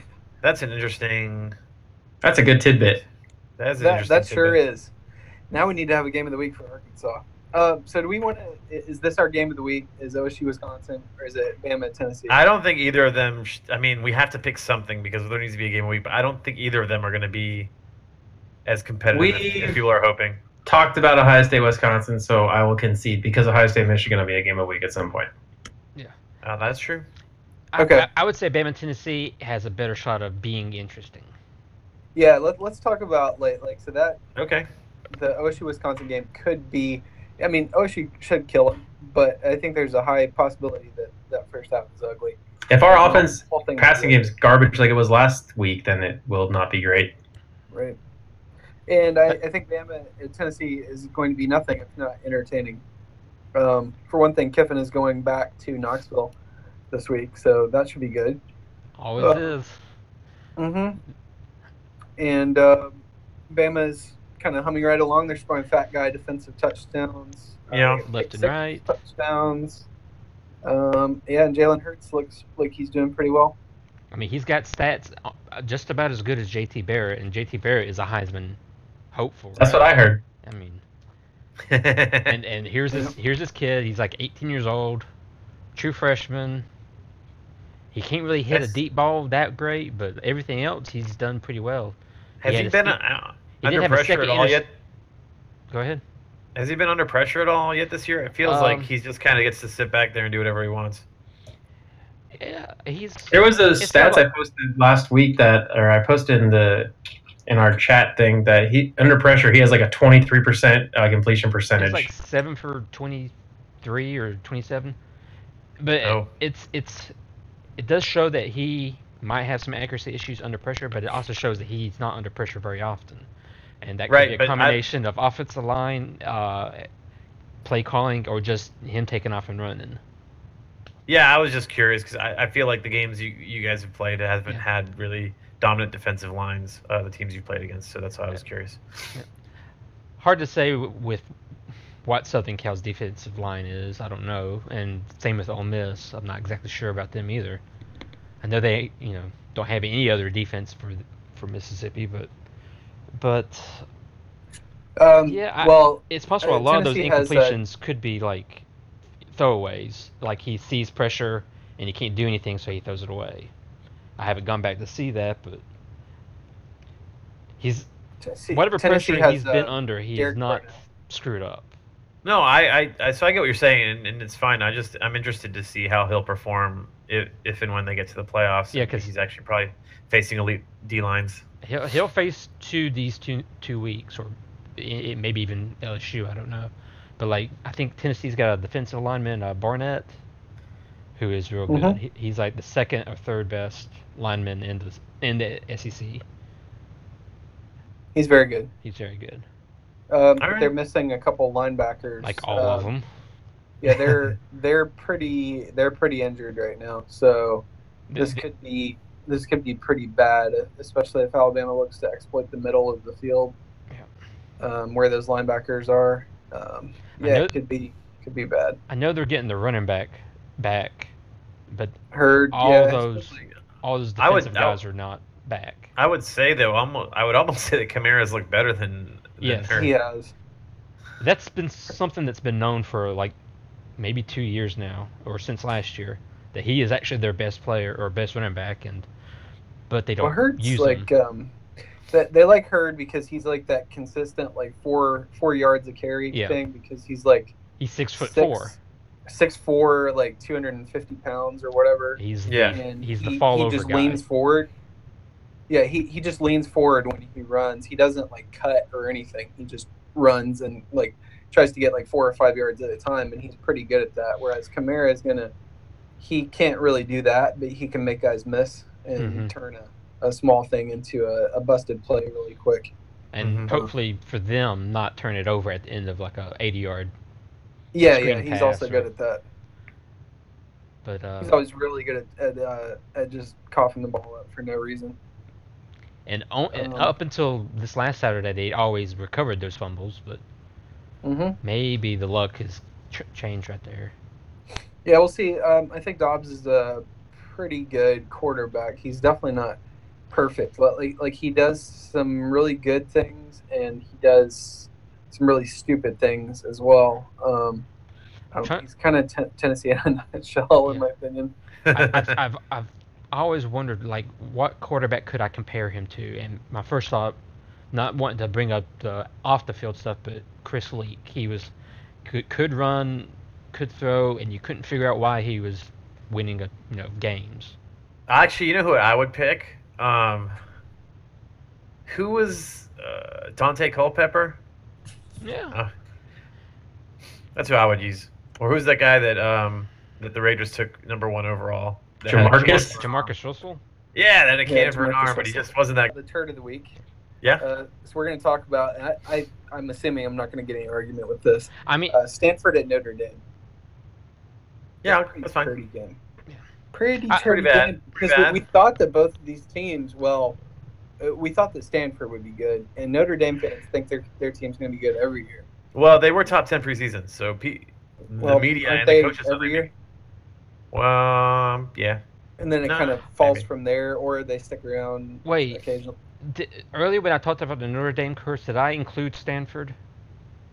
S4: that's an interesting.
S2: That's a good tidbit.
S4: That's an
S1: that
S4: interesting.
S1: that sure
S4: tidbit.
S1: is. Now we need to have a game of the week for Arkansas. Uh, so do we want? to Is this our game of the week? Is OSU Wisconsin or is it Bama Tennessee?
S4: I don't think either of them. Sh- I mean, we have to pick something because there needs to be a game a week. But I don't think either of them are going to be as competitive
S2: We-
S4: as people are hoping.
S2: Talked about Ohio State, Wisconsin, so I will concede because Ohio State, Michigan will be a game a week at some point.
S4: Uh, that's true.
S3: I-
S1: Okay.
S3: I, I would say Bama Tennessee has a better shot of being interesting.
S1: yeah, let, let's talk about like like so that
S4: Okay.
S1: the OSU Wisconsin game could be. I mean, OSU should kill them, but I think there's a high possibility that that first half is ugly.
S2: If our offense
S1: Whole thing is
S2: passing
S1: ugly,
S2: game's garbage like it was last week, then it will not be great.
S1: right? And I, I think Bama and Tennessee is going to be nothing if not entertaining. Um, for one thing, Kiffin is going back to Knoxville this week, so that should be good.
S3: Always
S1: Uh,
S3: is.
S1: Mm-hmm. And um Bama's kind of humming right along. They're scoring fat guy defensive touchdowns. Uh,
S4: Yeah.
S3: Left and
S1: six
S3: right.
S1: Touchdowns. Um, yeah, and Jalen Hurts looks like he's doing pretty well.
S3: I mean, he's got stats uh, just about as good as JT Barrett, and JT Barrett is a Heisman hopeful.
S2: That's what I heard.
S3: I mean,
S4: and
S3: and and here's this here's this kid. He's like 18 years old, true freshman. He can't really hit
S4: That's-
S3: a deep ball that great, but everything else he's done pretty well.
S4: has
S3: Yeah,
S4: he
S3: this-
S4: been uh,
S3: He did
S4: under
S3: have a
S4: pressure
S3: second
S4: at all
S3: intercep-
S4: yet?
S3: Go ahead.
S4: Has he been under pressure at all yet this year? It feels like
S3: Um,
S4: he's just kind of gets to sit back there and do whatever he wants.
S3: Yeah, he's
S2: There was those
S3: It's
S2: stats
S3: not
S2: I posted last week that, or I posted in the in our chat thing that he under pressure he has like a 23% uh, completion percentage.
S3: It's like seven for twenty-three or twenty-seven, but
S4: Oh.
S3: it's it's it does show that he might have some accuracy issues under pressure, but it also shows that he's not under pressure very often, and that could
S4: Right,
S3: be
S4: but I-
S3: a combination of offensive line, uh, play calling, or just him taking off and running.
S4: Yeah, I was just curious because I, I feel like the games you, you guys have played haven't
S3: Yeah.
S4: had really dominant defensive lines. Uh, the teams you played against, so that's why I was curious.
S3: Hard to say w- with what Southern Cal's defensive line is. I don't know, and same with Ole Miss. I'm not exactly sure about them either. I know they, you know, don't have any other defense for for Mississippi, but but
S1: Um,
S3: Yeah, I-
S1: well,
S3: it's possible
S1: Uh,
S3: a lot of those
S1: Tennessee has, uh,
S3: incompletions could be like throwaways. Like he sees pressure and he can't do anything, so he throws it away. I haven't gone back to see that, but he's
S1: Tennessee,
S3: whatever
S1: Tennessee
S3: pressure
S1: has
S3: he's been
S1: uh,
S3: under, he
S1: Derek
S3: is not
S1: Barnett.
S3: screwed up.
S4: No, I, I, I so I get what you're saying, and, and it's fine. I just I'm interested to see how he'll perform if, if and when they get to the playoffs.
S3: Yeah,
S4: and
S3: 'cause-
S4: he's actually probably facing elite D lines.
S3: He'll he'll face two these two two weeks, or i it maybe even LSU. I don't know, but like I think Tennessee's got a defensive lineman uh, Barnett, who is real good.
S1: Mhm.
S3: He, he's like the second or third best lineman in the in the E SEC.
S1: He's very good.
S3: He's very good,
S1: Um,
S4: All right.
S1: They're missing a couple linebackers.
S3: like all
S1: uh,
S3: of them.
S1: yeah, they're they're pretty they're pretty injured right now. So this could be this could be pretty bad, especially if Alabama looks to exploit the middle of the field, um, where those linebackers are. Um,
S3: I
S1: yeah,
S3: know-
S1: it could be could be bad.
S3: I know they're getting the running back back, but
S1: Heard
S3: All
S1: yeah,
S3: those-
S1: especially-
S3: all those
S4: I would-
S3: defensive
S4: I would-
S3: guys are not back.
S4: I would say though, almost, I would almost say that Kamara's look better than, than
S3: Yes.
S4: her.
S1: He has.
S3: That's been something that's been known for like maybe two years now, or since last year, that he is actually their best player or best running back, and but they
S1: Well,
S3: don't
S1: Hurd's
S3: use
S1: like
S3: him.
S1: um, that they like Hurd because he's like that consistent like four four yards a carry
S3: Yeah.
S1: thing because he's like
S3: He's six foot
S1: six-
S3: four.
S1: six four, like two hundred and fifty pounds or whatever.
S3: He's
S4: Yeah.
S1: and
S3: He's the
S1: he,
S3: fall
S1: he
S3: over
S1: just
S3: guy.
S1: leans forward. Yeah, he, he just leans forward when he runs. He doesn't like cut or anything. He just runs and like tries to get like four or five yards at a time, and he's pretty good at that. Whereas Kamara is gonna, he can't really do that, but he can make guys miss and
S3: Mhm.
S1: turn a, a small thing into a, a busted play really quick.
S3: and
S1: Mm-hmm.
S4: Mhm.
S3: hopefully for them not turn it over at the end of like a 80 yard.
S1: Yeah,
S3: Screen
S1: yeah, he's
S3: pass
S1: also
S3: or-
S1: good at that.
S3: But uh,
S1: He's always really good at at, uh, at just coughing the ball up for no reason.
S3: and, on, and
S1: um,
S3: up until this last Saturday, they always recovered those fumbles. But
S1: Mm-hmm.
S3: maybe the luck has ch- changed right there.
S1: Yeah, we'll see. Um, I think Dobbs is a pretty good quarterback. He's definitely not perfect, but like, like he does some really good things and he does some really stupid things as well. Um, I don't-
S3: Try-
S1: he's kind of ten- Tennessee in a nutshell, in
S3: Yeah.
S1: my opinion.
S3: I, I've, I've I've always wondered like what quarterback could I compare him to, and my first thought, not wanting to bring up the off the field stuff, but Chris Leak, he was could could run, could throw, and you couldn't figure out why he was winning a you know games.
S4: Actually, you know who I would pick? Um, who was uh, Dante Culpepper?
S3: Yeah.
S4: That's who I would use. Or who's that guy that um that the Raiders took number one overall? That had-
S2: Jamarcus?
S3: Uh, Jamarcus Russell.
S4: Yeah, that had a
S1: Yeah,
S4: cannon for an
S1: Jamarcus
S4: arm, but he
S1: Russell.
S4: just wasn't that.
S1: The turd of the week.
S4: Yeah.
S1: Uh, so we're going to talk about. and I, I I'm assuming I'm not going to get any argument with this.
S3: I mean,
S1: Uh, Stanford at Notre Dame.
S4: Yeah,
S1: pretty
S4: that's fine.
S1: Pretty game.
S3: Yeah.
S1: Pretty
S3: I-
S1: pretty
S4: Pretty bad.
S1: game.
S4: Pretty
S1: Because
S4: bad.
S1: we, we thought that both of these teams, well, uh, we thought that Stanford would be good, and Notre Dame fans think their their team's going to be good every year.
S4: Well, they were top ten preseason, so P-
S1: Well,
S4: the media
S1: aren't
S4: and the
S1: they
S4: coaches.
S1: every year,
S4: Well, um, yeah.
S1: and then it
S4: No,
S1: kind of falls
S4: maybe.
S1: from there, or they stick around
S3: wait.
S1: occasionally.
S3: Di earlier when I talked about the Notre Dame curse, did I include Stanford?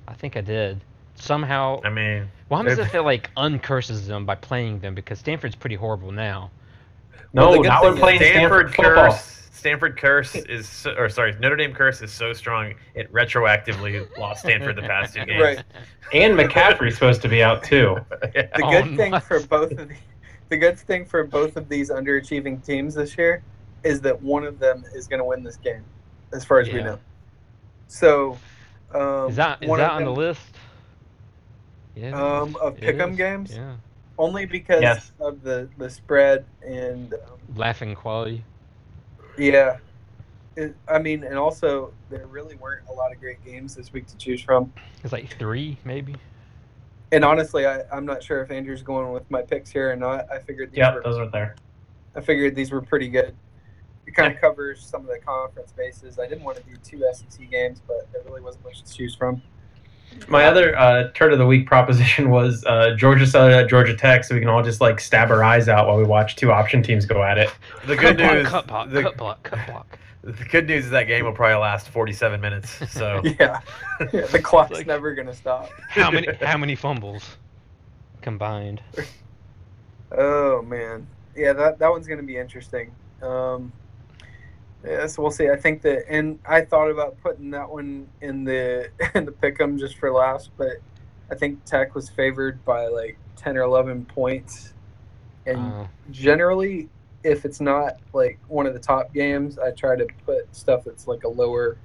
S3: I think I did. Somehow,
S4: I mean,
S3: why does
S4: they've-
S3: it feel like uncurses them by playing them? Because Stanford's pretty horrible now.
S1: Well,
S2: No,
S1: the good
S2: now
S1: thing
S2: we're
S1: is
S2: playing Stanford,
S4: Stanford
S2: football.
S4: curse. Stanford curse is so, or sorry, Notre Dame curse is so strong it retroactively lost Stanford the past two games.
S1: Right.
S2: And McCaffrey's supposed to be out too.
S1: The
S3: Oh,
S1: good thing
S3: nice.
S1: for both of the, the good thing for both of these underachieving teams this year is that one of them is going to win this game, as far as we
S3: Yeah.
S1: know. So, um,
S3: Is that is
S1: one of
S3: that on the
S1: them-
S3: list? Yeah. it
S1: Um,
S3: is.
S1: of
S3: It
S1: pick'em
S3: is.
S1: games?
S3: Yeah.
S1: only because
S4: Yes.
S1: of the the spread and um,
S3: Laughing quality.
S1: yeah it, i mean and also there really weren't a lot of great games this week to choose from
S3: It's like three maybe.
S1: and honestly I, i'm not sure if andrew's going with my picks here or not i figured these
S2: Yep,
S1: were,
S2: those are there.
S1: i figured these were pretty good it kind of covers some of the conference bases i didn't want to do two sec games but there really wasn't much to choose from
S2: My other uh, turn of the week proposition was uh, Georgia Southern at Georgia Tech, so we can all just like stab our eyes out while we watch two option teams go at it.
S4: The good
S3: cut
S4: news,
S3: Block, cut block.
S4: the-
S3: cut block. Cut block.
S4: The good news is that game will probably last 47 minutes. So
S1: yeah, yeah the clock's
S3: Like-
S1: never going to stop
S3: How many how many fumbles combined?
S1: Oh man, yeah, that that one's gonna be interesting. Um, yeah, so we'll see. I think that, and I thought about putting that one in the in the pick'em just for laughs, but I think Tech was favored by like ten or eleven points, and
S3: Uh,
S1: generally, if it's not like one of the top games, I try to put stuff that's like a lower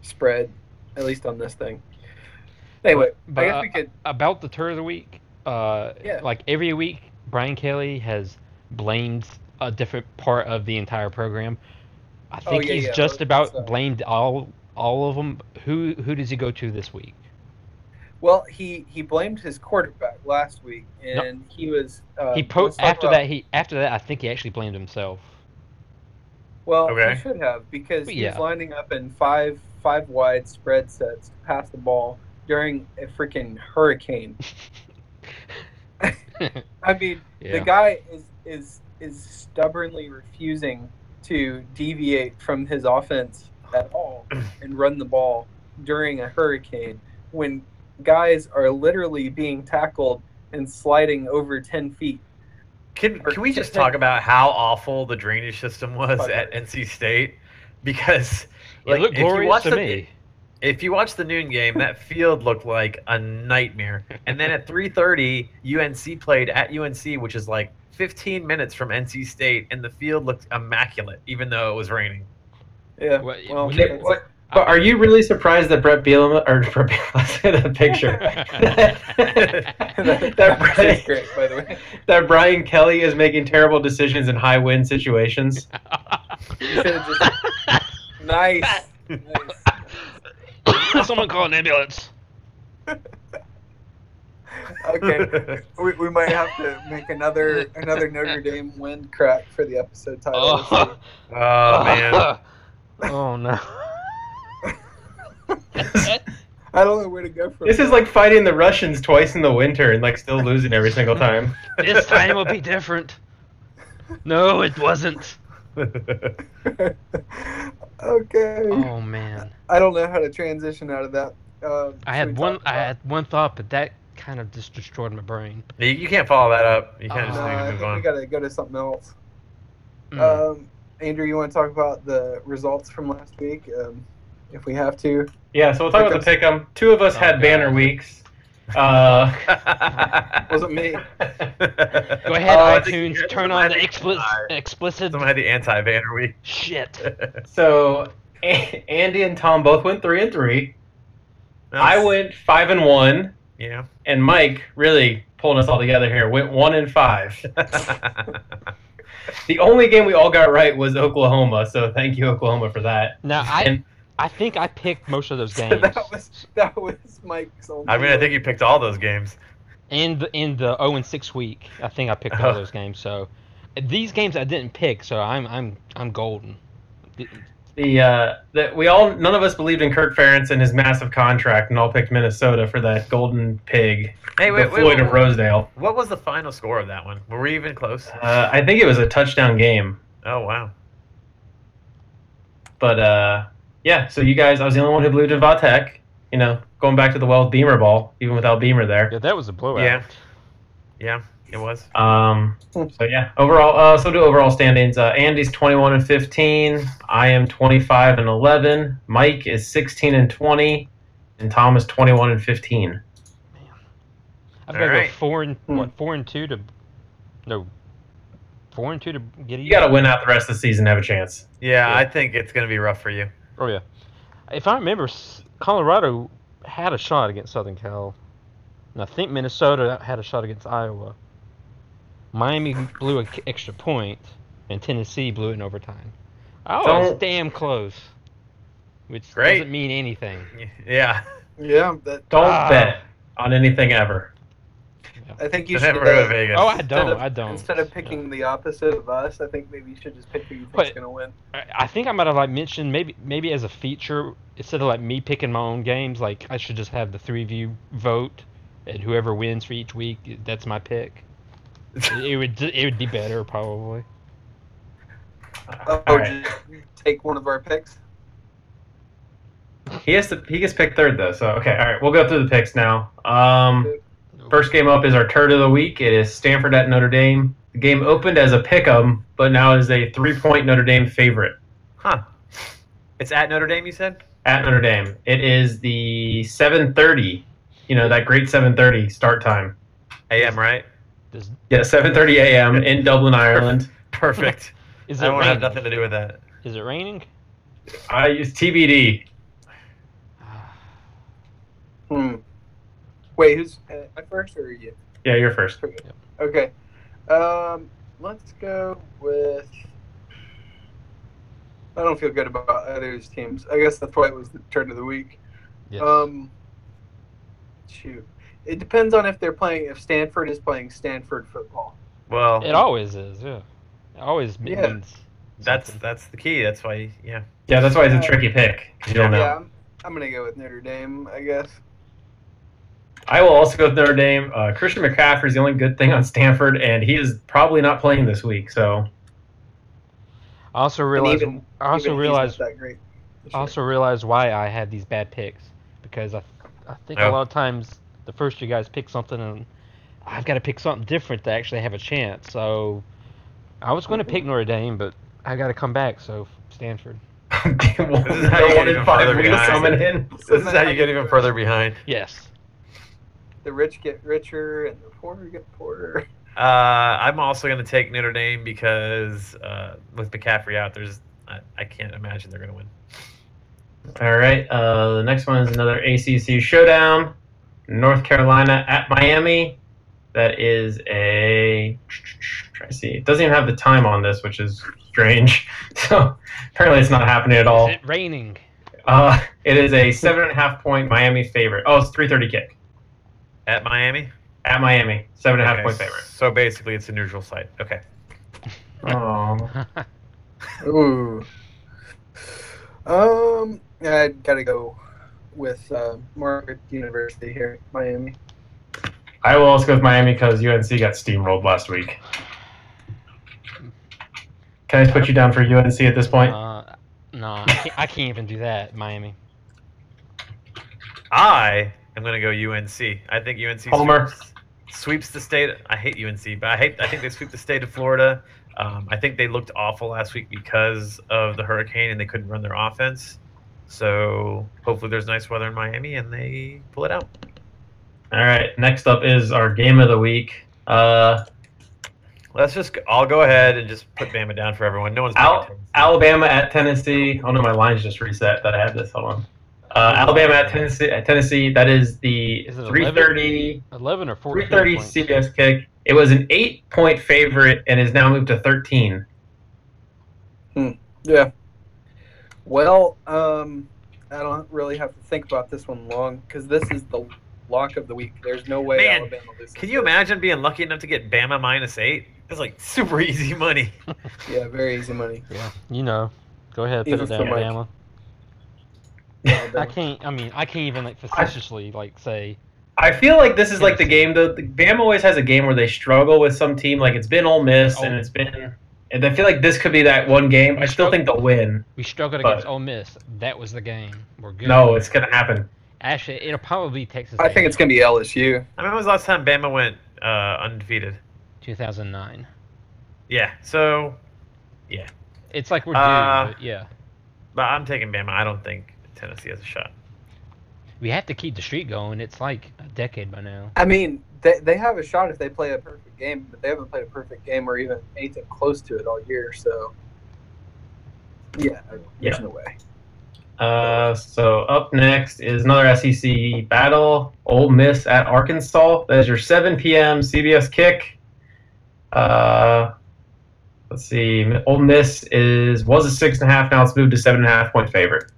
S1: spread, at least on this thing. Anyway,
S3: But,
S1: I guess
S3: uh,
S1: we could.
S3: about the turn of the week, uh,
S1: Yeah.
S3: like every week, Brian Kelly has blamed a different part of the entire program. I
S1: Oh,
S3: think
S1: yeah, uh,
S3: he's
S1: yeah,
S3: just
S1: okay,
S3: about
S1: so-
S3: blamed all all of them. Who who does he go to this week?
S1: Well, he he blamed his quarterback last week, and he was. Uh,
S3: he po-
S1: let's talk
S3: after
S1: about-
S3: that he after that I think he actually blamed himself.
S1: Well,
S4: Okay.
S1: he should have because he was
S3: Yeah.
S1: lining up in five five wide spread sets to pass the ball during a freaking hurricane. I mean, the
S3: Yeah.
S1: guy is is is stubbornly refusing to deviate from his offense at all and run the ball during a hurricane when guys are literally being tackled and sliding over 10 feet
S4: Can, can we just talk about how awful the drainage system was at NC State? Because like,
S3: it looked
S4: if you
S3: glorious
S4: watch
S3: to
S4: the-
S3: me.
S4: if you watch the noon game, that field looked like a nightmare. And then at 3:30, UNC played at UNC, which is like 15 minutes from NC State, and the field looked immaculate, even though it was raining.
S1: yeah
S3: Well,
S1: well,
S3: we-
S1: it's-
S2: what- But are you really surprised that Brett Bielema or Brett Bielema said that picture? that,
S1: that's
S2: Brian,
S1: great by the way
S2: that Brian Kelly is making terrible decisions in high wind situations.
S1: You should've just- nice, nice.
S3: Someone call an ambulance.
S1: okay we, we might have to make another another notre dame win crack for the episode title
S3: Oh,
S4: oh man.
S3: oh no.
S1: i don't know where to go from
S2: This is like fighting the Russians twice in the winter and like still losing every single time.
S3: this time will be different. No, it wasn't.
S1: okay
S3: Oh man.
S1: I don't know how to transition out of that. Um,
S3: I
S1: should
S3: had
S1: we
S3: one
S1: talk
S3: I
S1: about-
S3: had one thought, but that kind of just destroyed my brain.
S4: you, you can't follow that up. You kind
S3: I
S4: of just
S1: No,
S4: need
S1: I
S4: to
S1: think
S4: move
S1: we
S4: on.
S1: gotta go to something else.
S3: Mm.
S1: Um, Andrew, you want to talk about the results from last week, um, if we have to?
S2: Yeah, so we'll talk about the pick'em. Two of us
S3: Oh,
S2: had
S3: God.
S2: banner weeks. Uh,
S1: Wasn't me.
S3: Go ahead,
S1: Uh, I
S4: think
S3: iTunes.
S4: you're-
S3: Turn on the
S4: somebody-
S3: explicit explicit
S4: Someone had the anti-banner week.
S3: shit.
S2: so A- Andy and Tom both went three and three. I
S4: Nice.
S2: went five and one,
S4: Yeah.
S2: and Mike really pulling us all together here. Went one and five. The only game we all got right was Oklahoma, so thank you Oklahoma for that.
S3: Now I
S2: And-
S3: I think I picked most of those
S1: So
S3: games.
S1: that was that was Mike's only.
S4: I mean, I think you picked all those games.
S3: in the in the 0 and 6 week, I think I picked
S1: Oh.
S3: all those games. So these games I didn't pick, so I'm I'm I'm golden.
S2: The uh, that we all none of us believed in Kurt Ferentz and his massive contract, and all picked Minnesota for that golden pig,
S4: Hey, wait,
S2: the
S4: wait,
S2: Floyd
S4: wait,
S2: of Rosedale.
S4: What was the final score of that one? Were we even close?
S2: Uh, I think it was a touchdown game,
S4: oh wow.
S2: but uh, yeah. So you guys, I was the only one who believed in Vatek. You know, going back to the well Beamer ball, even without Beamer there.
S3: Yeah, that was a blowout.
S4: Yeah. Yeah, it was.
S2: Um, so yeah, overall, uh, so do overall standings. Uh, Andy's 21 and 15. I am 25 and 11. Mike is 16 and 20, and Tom is 21 and 15.
S3: I've got to
S4: Alright.
S3: go four and
S1: Hmm.
S3: what four and two to no four and two to get a
S2: You got to win out the rest of the season to have a chance.
S4: Yeah,
S3: Yeah.
S4: I think it's gonna be rough for you.
S3: Oh yeah, if I remember, S- Colorado had a shot against Southern Cal, and I think Minnesota had a shot against Iowa. Miami blew an extra point, and Tennessee blew it in overtime. Oh,
S2: Don't-
S3: it's damn close, which
S4: Great.
S3: doesn't mean anything.
S4: Yeah,
S1: Yeah, that,
S2: Don't
S3: Ah.
S2: bet on anything ever.
S1: I think you should.
S4: never go to
S1: uh,
S4: Vegas.
S3: Oh, I
S1: instead
S3: don't.
S1: of-
S3: I don't.
S1: Instead of picking the opposite of us, I think maybe you should just pick who you think's
S3: But-
S1: gonna win.
S3: I I think I might have like mentioned maybe maybe as a feature instead of like me picking my own games, like I should just have the three of you vote, and whoever wins for each week, that's my pick. it it would it would be better probably.
S1: Oh,
S2: All right.
S1: just take one of our picks.
S2: He has to. He gets picked third though. So okay, all right, we'll go through the picks now. Um, first game up is our turd of the week. It is Stanford at Notre Dame. The game opened as a pick'em, but now is a three-point Notre Dame favorite.
S4: huh? It's at Notre Dame, you said.
S2: at Notre Dame. It is the 7:30. You know that great 7:30 start time.
S4: A.M. Right?
S3: Does,
S2: Yeah, 7:30 a.m. in Dublin, Ireland.
S4: Perfect.
S3: is
S4: I
S3: it
S4: won't have
S3: raining?
S4: nothing to do with that.
S3: Is it raining?
S2: I use TBD.
S1: Hmm. Wait, who's uh, I first or you?
S2: Yeah, you're first.
S1: Okay. Um, let's go with. I don't feel good about others' Um, teams. I guess that's why it was the turn of the week.
S3: Yes.
S1: Um, shoot. It depends on if they're playing if Stanford is playing Stanford football.
S4: Well,
S3: It always is, yeah. It always
S1: Yeah.
S3: means.
S4: that's
S3: something.
S4: that's the key. That's why, yeah.
S2: Yeah, that's why it's a tricky pick. 'cause You don't know.
S1: Yeah, I'm, I'm gonna go with Notre Dame, I guess.
S2: I will also go with Notre Dame. Uh, Christian McCaffrey is the only good thing on Stanford, and he is probably not playing this week. So
S3: I also
S1: And
S3: realize.
S1: even-
S3: I also
S1: even he's
S3: realize.
S1: not that great. this
S3: I
S1: year.
S3: also realize why I had these bad picks because I, I think
S4: Yeah.
S3: a lot of times the first you guys pick something and I've got to pick something different to actually have a chance. So I was going to pick Notre Dame, but I got to come back. So Stanford.
S2: this
S4: is how you get even further behind.
S2: in.
S4: This is how you get even further behind.
S3: Yes.
S1: the rich get richer and the poor get poorer.
S4: Uh, I'm also going to take Notre Dame because uh, with McCaffrey out, there's I, I can't imagine they're going to win.
S2: All right. Uh, the next one is another ACC showdown. North Carolina at Miami. That is a. Try to see. It doesn't even have the time on this, which is strange. So apparently, it's not happening at all.
S3: Is it raining?
S2: Uh, it is a seven and a half point Miami favorite. Oh, it's three thirty kick
S4: At Miami,
S2: at Miami. Seven and a half
S4: Okay,
S2: point favorite.
S4: So basically, it's a neutral site. Okay.
S2: Oh,
S1: Ooh. Um, I gotta go with uh, Margaret University here, Miami.
S2: I will also go with Miami because UNC got steamrolled last week. Can I just put you down for UNC at this point?
S3: Uh, no, I can't, I can't even do that. Miami.
S4: I am going to go UNC. I think UNC
S2: Homer.
S4: Sweeps, sweeps the state. I hate UNC, but I hate. I think they sweep the state of Florida. Um, I think they looked awful last week because of the hurricane and they couldn't run their offense. So hopefully, there's nice weather in Miami and they pull it out.
S2: All right. Next up is our game of the week. Uh,
S4: Let's just. I'll go ahead and just put Bama down for everyone. No one's paying
S2: Al-
S4: attention.
S2: Alabama at Tennessee. Oh no, my lines just reset. That I had this. Hold on. Uh, Alabama at Tennessee. At Tennessee. That is the
S3: Is it 11?
S2: three thirty.
S3: Eleven or fourteen.
S2: Three thirty
S3: points.
S2: CBS kick. It was an eight point favorite and is now moved to thirteen.
S1: Yeah. Well, um, I don't really have to think about this one long because this is the lock of the week. There's no way
S4: Man,
S1: Alabama loses.
S4: Can you imagine being lucky enough to get Bama minus eight? It's like super easy money.
S1: Yeah, very easy money.
S3: Yeah, you know. Go ahead, put
S1: Even
S3: it
S1: for
S3: down,
S1: Mike.
S3: Alabama. I
S1: Alabama.
S3: can't. I mean, I can't even like facetiously like say
S2: I feel like this is like the game though. The, Bama always has a game where they struggle with some team. Like it's been Ole Miss
S3: Oh.
S2: and it's been. And I feel like this could be that one game. I still think they'll win.
S3: we struggled
S2: But-
S3: against Ole Miss. That was the game. We're good.
S2: No, it's gonna happen.
S3: Actually, it'll probably be Texas.
S1: I think it's gonna be LSU.
S4: I mean, when was the last time Bama went uh, undefeated?
S3: 2009.
S4: Yeah. So,
S3: It's like we're due,
S4: Uh,
S3: but yeah.
S4: but I'm taking Bama. I don't think Tennessee has a shot.
S3: We have to keep the streak going. It's like a decade by now.
S1: I mean, they, they have a shot if they play a perfect game, but they haven't played a perfect game or even anything close to it all year. So, yeah, there's
S2: Yeah.
S1: no way.
S2: Uh, so up next is another SEC battle: Ole Miss at Arkansas. That is your 7 p.m. CBS kick. Uh, let's see. Ole Miss is was a six and a half. Now it's moved to seven and a half point favorite.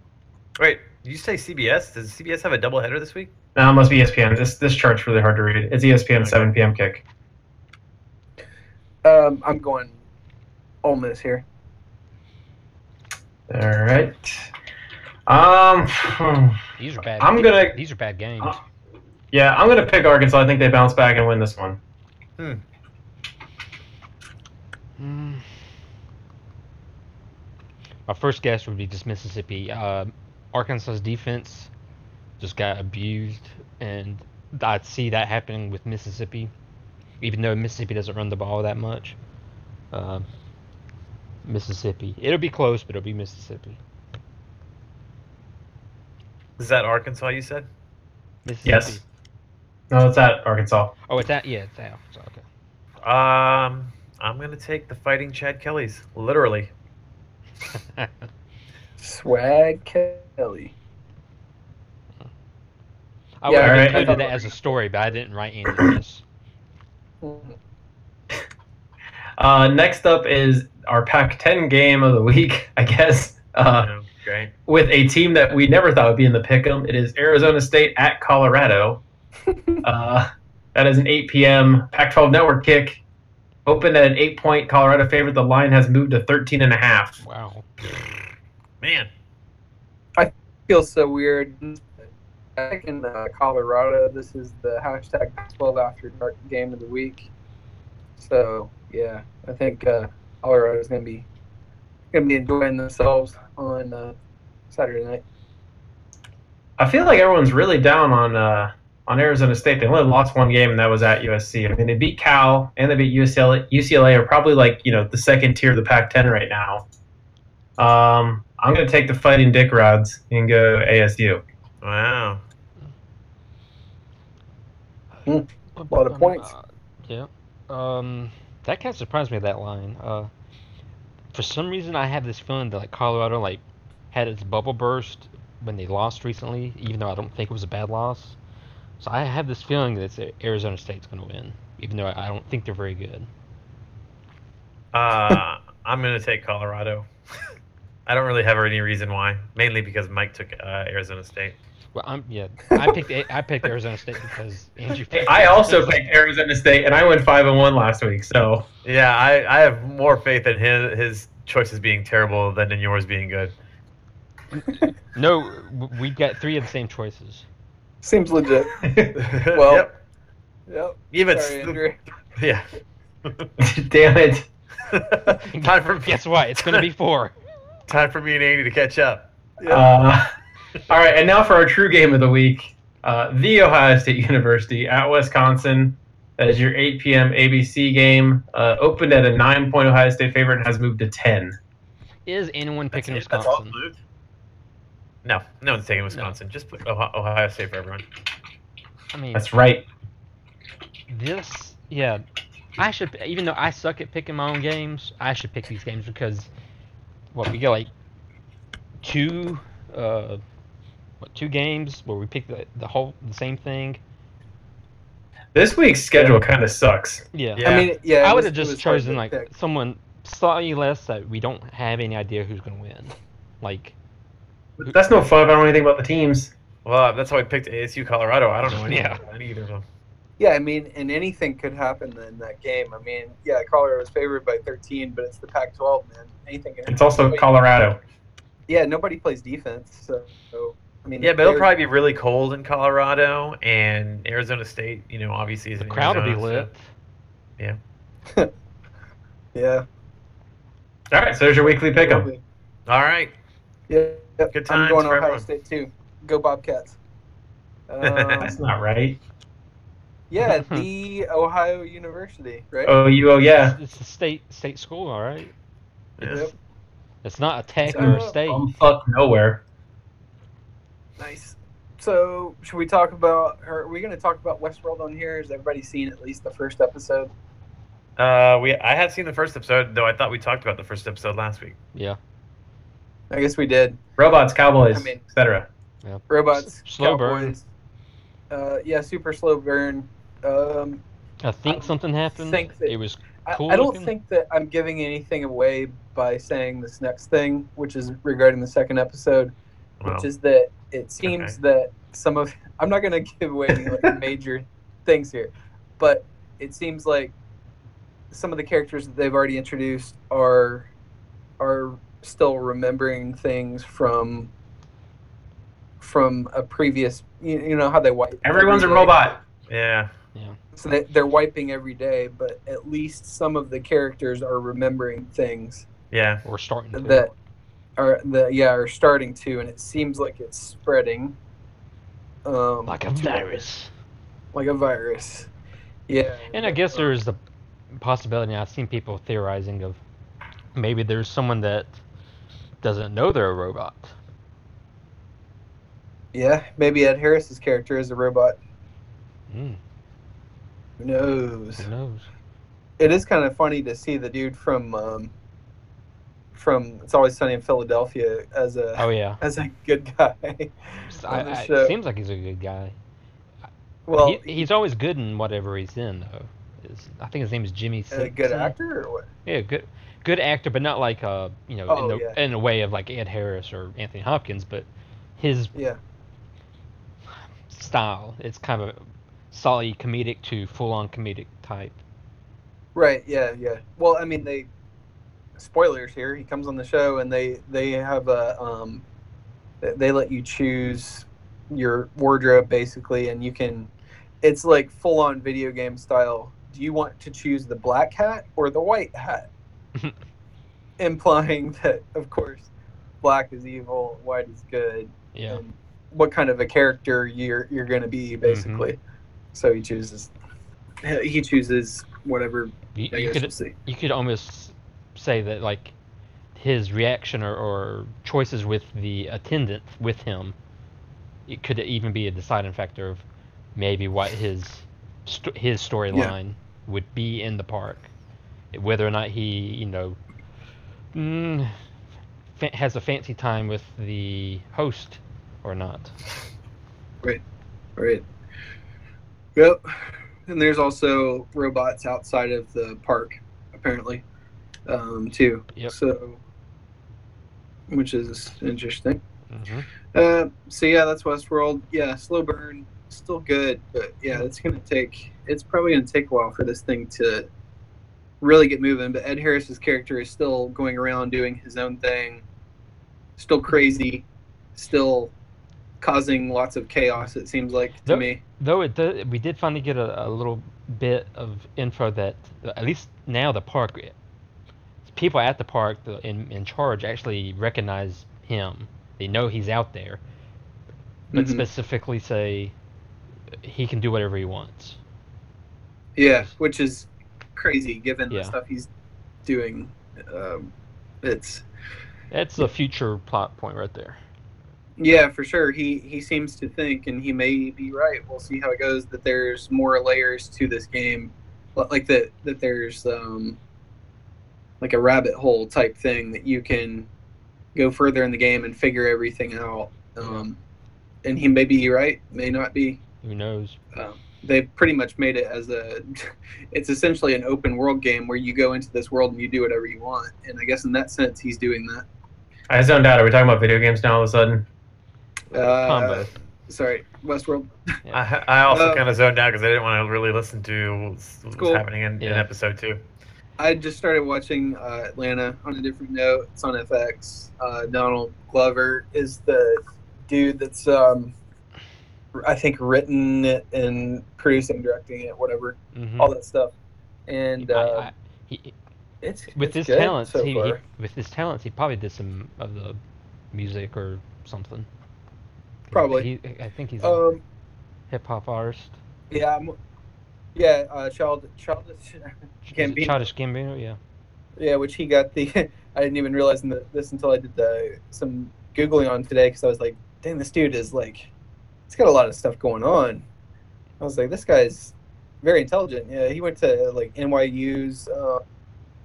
S4: Wait, did you say CBS? Does CBS have a doubleheader this week?
S2: Now it must be E ESPN. This this chart's really hard to read. It's E ESPN 7 p.m. kick.
S1: Um, I'm going Ole Miss here.
S2: All right. Um,
S3: These are bad.
S2: I'm gonna
S3: These are bad games.
S2: Uh, yeah, I'm gonna pick Arkansas. I think they bounce back and win this one.
S3: Mm. My first guess would be just Mississippi. Uh, Arkansas's defense just got abused, and I'd see that happening with Mississippi, even though Mississippi doesn't run the ball that much. Um Mississippi. It'll be close, but it'll be Mississippi.
S4: Is that Arkansas? You said.
S3: Mississippi.
S2: Yes. No, it's at Arkansas.
S3: Oh, it's that. Yeah, it's that. So, okay.
S4: Um, I'm gonna take the Fighting Chad Kellys. Literally.
S1: Swag Kelly.
S3: I
S1: Yeah,
S3: would
S1: I
S2: alright.
S3: have
S1: thought
S3: included
S1: we
S3: that
S1: were
S3: as a story, but I didn't write any of this.
S2: Uh, next up is our Pac-10 game of the week, I guess, uh,
S4: You know, great.
S2: with a team that we never thought would be in the pick'em. It is Arizona State at Colorado. Uh, that is an 8 p.m. Pac-12 network kick. Opened at an eight-point Colorado favorite. The line has moved to 13 and a half.
S3: Wow.
S4: Man,
S1: feels so weird. Back in uh, Colorado, this is the hashtag 12 after dark game of the week. So yeah, I think uh, Colorado's gonna be gonna be enjoying themselves on uh, Saturday night.
S2: I feel like everyone's really down on uh, on Arizona State. They only lost one game, and that was at USC. I mean, they beat Cal and they beat UCLA. UCLA are probably like you know the second tier of the Pac-10 right now. Um, I'm gonna take the fighting Dick Rods and go ASU.
S4: wow.
S1: A lot of points.
S3: Uh, yeah. Um, that kind of surprised me that line. Uh, for some reason, I have this feeling that like Colorado like had its bubble burst when they lost recently, even though I don't think it was a bad loss. So I have this feeling that it's- Arizona State's going to win, even though I I don't think they're very good.
S4: Uh, I'm gonna take Colorado. I don't really have any reason why, mainly because Mike took uh, Arizona State.
S3: Well, I'm yeah. I picked A- I picked Arizona State because Andrew.
S2: Hey,
S3: picked
S2: I also
S3: Arizona State.
S2: picked Arizona State, and I went five and one last week. So
S4: Yeah, I, I have more faith in his his choices being terrible than in yours being good.
S3: No, w- we got three of the same choices.
S1: Seems legit.
S4: well, yep.
S1: Yep.
S4: even
S1: Sorry, Andrew.
S4: yeah.
S2: damn it.
S4: time for
S3: Guess what? It's going to be four.
S4: time for me and Andy to catch up.
S2: Uh, all right, and now for our true game of the week. Uh, the Ohio State University at Wisconsin. That is your 8 p.m. ABC game. Uh, opened at a nine-point Ohio State favorite and has moved to 10.
S3: Is anyone picking
S4: That's it? That's all
S3: Wisconsin?
S4: moved? No, no one's taking Wisconsin. Just put Ohio, Ohio State for everyone.
S3: I mean,
S2: That's right.
S3: this yeah i should even though i suck at picking my own games i should pick these games because what we got like two uh what two games where we pick the, the whole the same thing
S2: This week's schedule kind of sucks.
S3: yeah,
S4: Yeah.
S1: I mean, yeah. it
S3: i would
S1: was-
S3: have
S1: it
S3: just
S1: was hard
S3: chosen
S1: to
S3: like
S1: pick.
S3: someone slightly less that we don't have any idea who's gonna win like
S2: That's no fun if I don't know anything about the teams.
S4: Well, that's how I picked ASU Colorado. I don't know anything
S3: Yeah.
S4: about any either of them.
S1: Yeah, I mean, and anything could happen in that game. I mean, yeah, Colorado was favored by 13, but it's the Pac-12, man. Anything can happen.
S2: It's also Colorado.
S1: Yeah, nobody plays defense, so, so, I mean.
S4: Yeah, but it'll
S1: they're-
S4: probably be really cold in Colorado and Arizona State. You know, obviously is
S3: the
S4: in
S3: crowd will be
S4: Arizona, so-
S3: lit
S1: Yeah.
S2: All right, so there's your weekly pick 'em.
S4: All right,
S1: Yeah. yep.
S4: Good
S1: I'm
S4: times
S1: going
S4: for
S1: Ohio
S4: everyone.
S1: State too. Go Bobcats.
S2: That's
S1: Um,
S2: not right.
S1: yeah, the Ohio University, right?
S2: Oh, you, oh, yeah.
S3: it's a state state school all right
S4: Yeah.
S1: Yep.
S3: it's not a tech or a
S1: So-
S3: state
S2: Um, fuck nowhere.
S1: Nice. So, should we talk about? Or are we going to talk about Westworld on here? Has everybody seen at least the first episode?
S4: Uh, we I had seen the first episode though. I thought we talked about the first episode last week.
S3: yeah
S1: I guess we did.
S2: Robots, cowboys,
S1: I mean-
S2: etc.
S1: Robots,
S3: S- slow burn.
S1: Cowboys. Uh, yeah, super slow burn. Um,
S3: i think something happened
S1: think that-
S3: it was
S1: I,
S3: Cool
S1: I don't
S3: looking.
S1: think that I'm giving anything away by saying this next thing, which is regarding the second episode,
S4: Well,
S1: which is that it seems
S4: Okay.
S1: that some of I'm not going to give away any like, major things here, but it seems like some of the characters that they've already introduced are are still remembering things from from a previous you, you know how they wipe
S2: Everyone's a
S1: every day.
S2: robot.
S4: yeah,
S1: So they, they're wiping every day, but at least some of the characters are remembering things
S4: yeah.
S3: or starting to
S1: that are the yeah are starting to, and it seems like it's spreading. Um,
S3: like a
S1: to-
S3: virus.
S1: Like a virus. Yeah.
S3: And I guess there is the possibility. I've seen people theorizing of maybe there's someone that doesn't know they're a robot.
S1: Yeah, maybe Ed Harris's character is a robot.
S3: Mm,
S1: Who knows?
S3: who knows?
S1: It is kind of funny to see the dude from um, from It's Always Sunny in Philadelphia as a
S3: Oh yeah,
S1: as a good guy.
S3: S-
S1: on
S3: I-
S1: the
S3: I-
S1: show.
S3: seems like he's a good guy.
S1: well,
S3: he, he's always good in whatever he's in though. It's- I think his name is Jimmy.
S1: a good
S3: Simpson.
S1: actor or what?
S3: Yeah, good, good actor, but not like uh, you know,
S1: Oh,
S3: in the
S1: yeah.
S3: in the way of like Ed Harris or Anthony Hopkins, but his
S1: Yeah.
S3: style. It's kind of solely comedic to full on comedic type.
S1: Right. Yeah. Yeah. Well, I mean, they spoilers here. He comes on the show, and they they have a um, th- they let you choose your wardrobe basically, and you can. It's like full on video game style. Do you want to choose the black hat or the white hat? Implying that, of course, black is evil, white is good.
S3: Yeah.
S1: And what kind of a character you're you're going to be basically. So he chooses. He chooses whatever.
S3: You,
S1: I
S3: you
S1: guess we'll
S3: could
S1: see.
S3: you could almost say that like his reaction or, or choices with the attendant with him it could even be a deciding factor of maybe what his st- his storyline would be in the park whether or not he you know mm, fa- has a fancy time with the host or not
S1: Right. Yep. And there's also robots outside of the park, apparently, um, too.
S3: Yep.
S1: So, which is interesting.
S3: hmm
S1: Uh, so yeah, that's Westworld. Yeah, slow burn, still good, but yeah, it's gonna take. It's probably gonna take a while for this thing to really get moving. But Ed Harris's character is still going around doing his own thing, still crazy, still causing lots of chaos. It seems like to
S3: Nope.
S1: me.
S3: Though it do, we did finally get a, a little bit of info that at least now the park, people at the park the, in in charge actually recognize him. They know he's out there, but
S1: Mhm.
S3: specifically say he can do whatever he wants.
S1: Yeah, which is crazy given
S3: Yeah.
S1: the stuff he's doing. Um, it's
S3: That's a future plot point right there.
S1: Yeah, for sure. He he seems to think, and he may be right. We'll see how it goes. That there's more layers to this game, Li- like that that there's um, like a rabbit hole type thing that you can go further in the game and figure everything out. Um, and he may be right, may not be.
S3: Who knows?
S1: Um, they've pretty much made it as a it's essentially an open world game where you go into this world and you do whatever you want. And I guess in that sense, he's doing that.
S2: I zoned out. Are we talking about video games now all of a sudden?
S1: Uh,
S3: Combo.
S1: Sorry, Westworld.
S4: I, I also
S1: Uh,
S4: kind of zoned out because I didn't want to really listen to what's, what's
S1: cool.
S4: happening in, in
S3: Yeah.
S4: episode two.
S1: I just started watching uh, Atlanta on a different note. It's on FX. Uh, Donald Glover is the dude that's, um, I think, written it and producing, directing it, whatever,
S3: Mhm.
S1: all that stuff. oh, And
S3: I-
S1: uh,
S3: I- he-
S1: it's
S3: with
S1: it's
S3: his
S1: good
S3: talents,
S1: so
S3: he, he-
S1: far.
S3: with his talents, he probably did some of the music or something.
S1: Probably.
S3: He- I think he's. a-
S1: Um,
S3: hip hop artist.
S1: yeah, I'm, yeah, uh, child, childish,
S3: Ch- is it
S1: Gambino.
S3: Childish Gambino, yeah.
S1: yeah, which he got the. I didn't even realize in the, this until I did the some googling on today because I was like, dang, this dude is like, he's got a lot of stuff going on. I was like, this guy's very intelligent. Yeah, he went to like NYU's uh,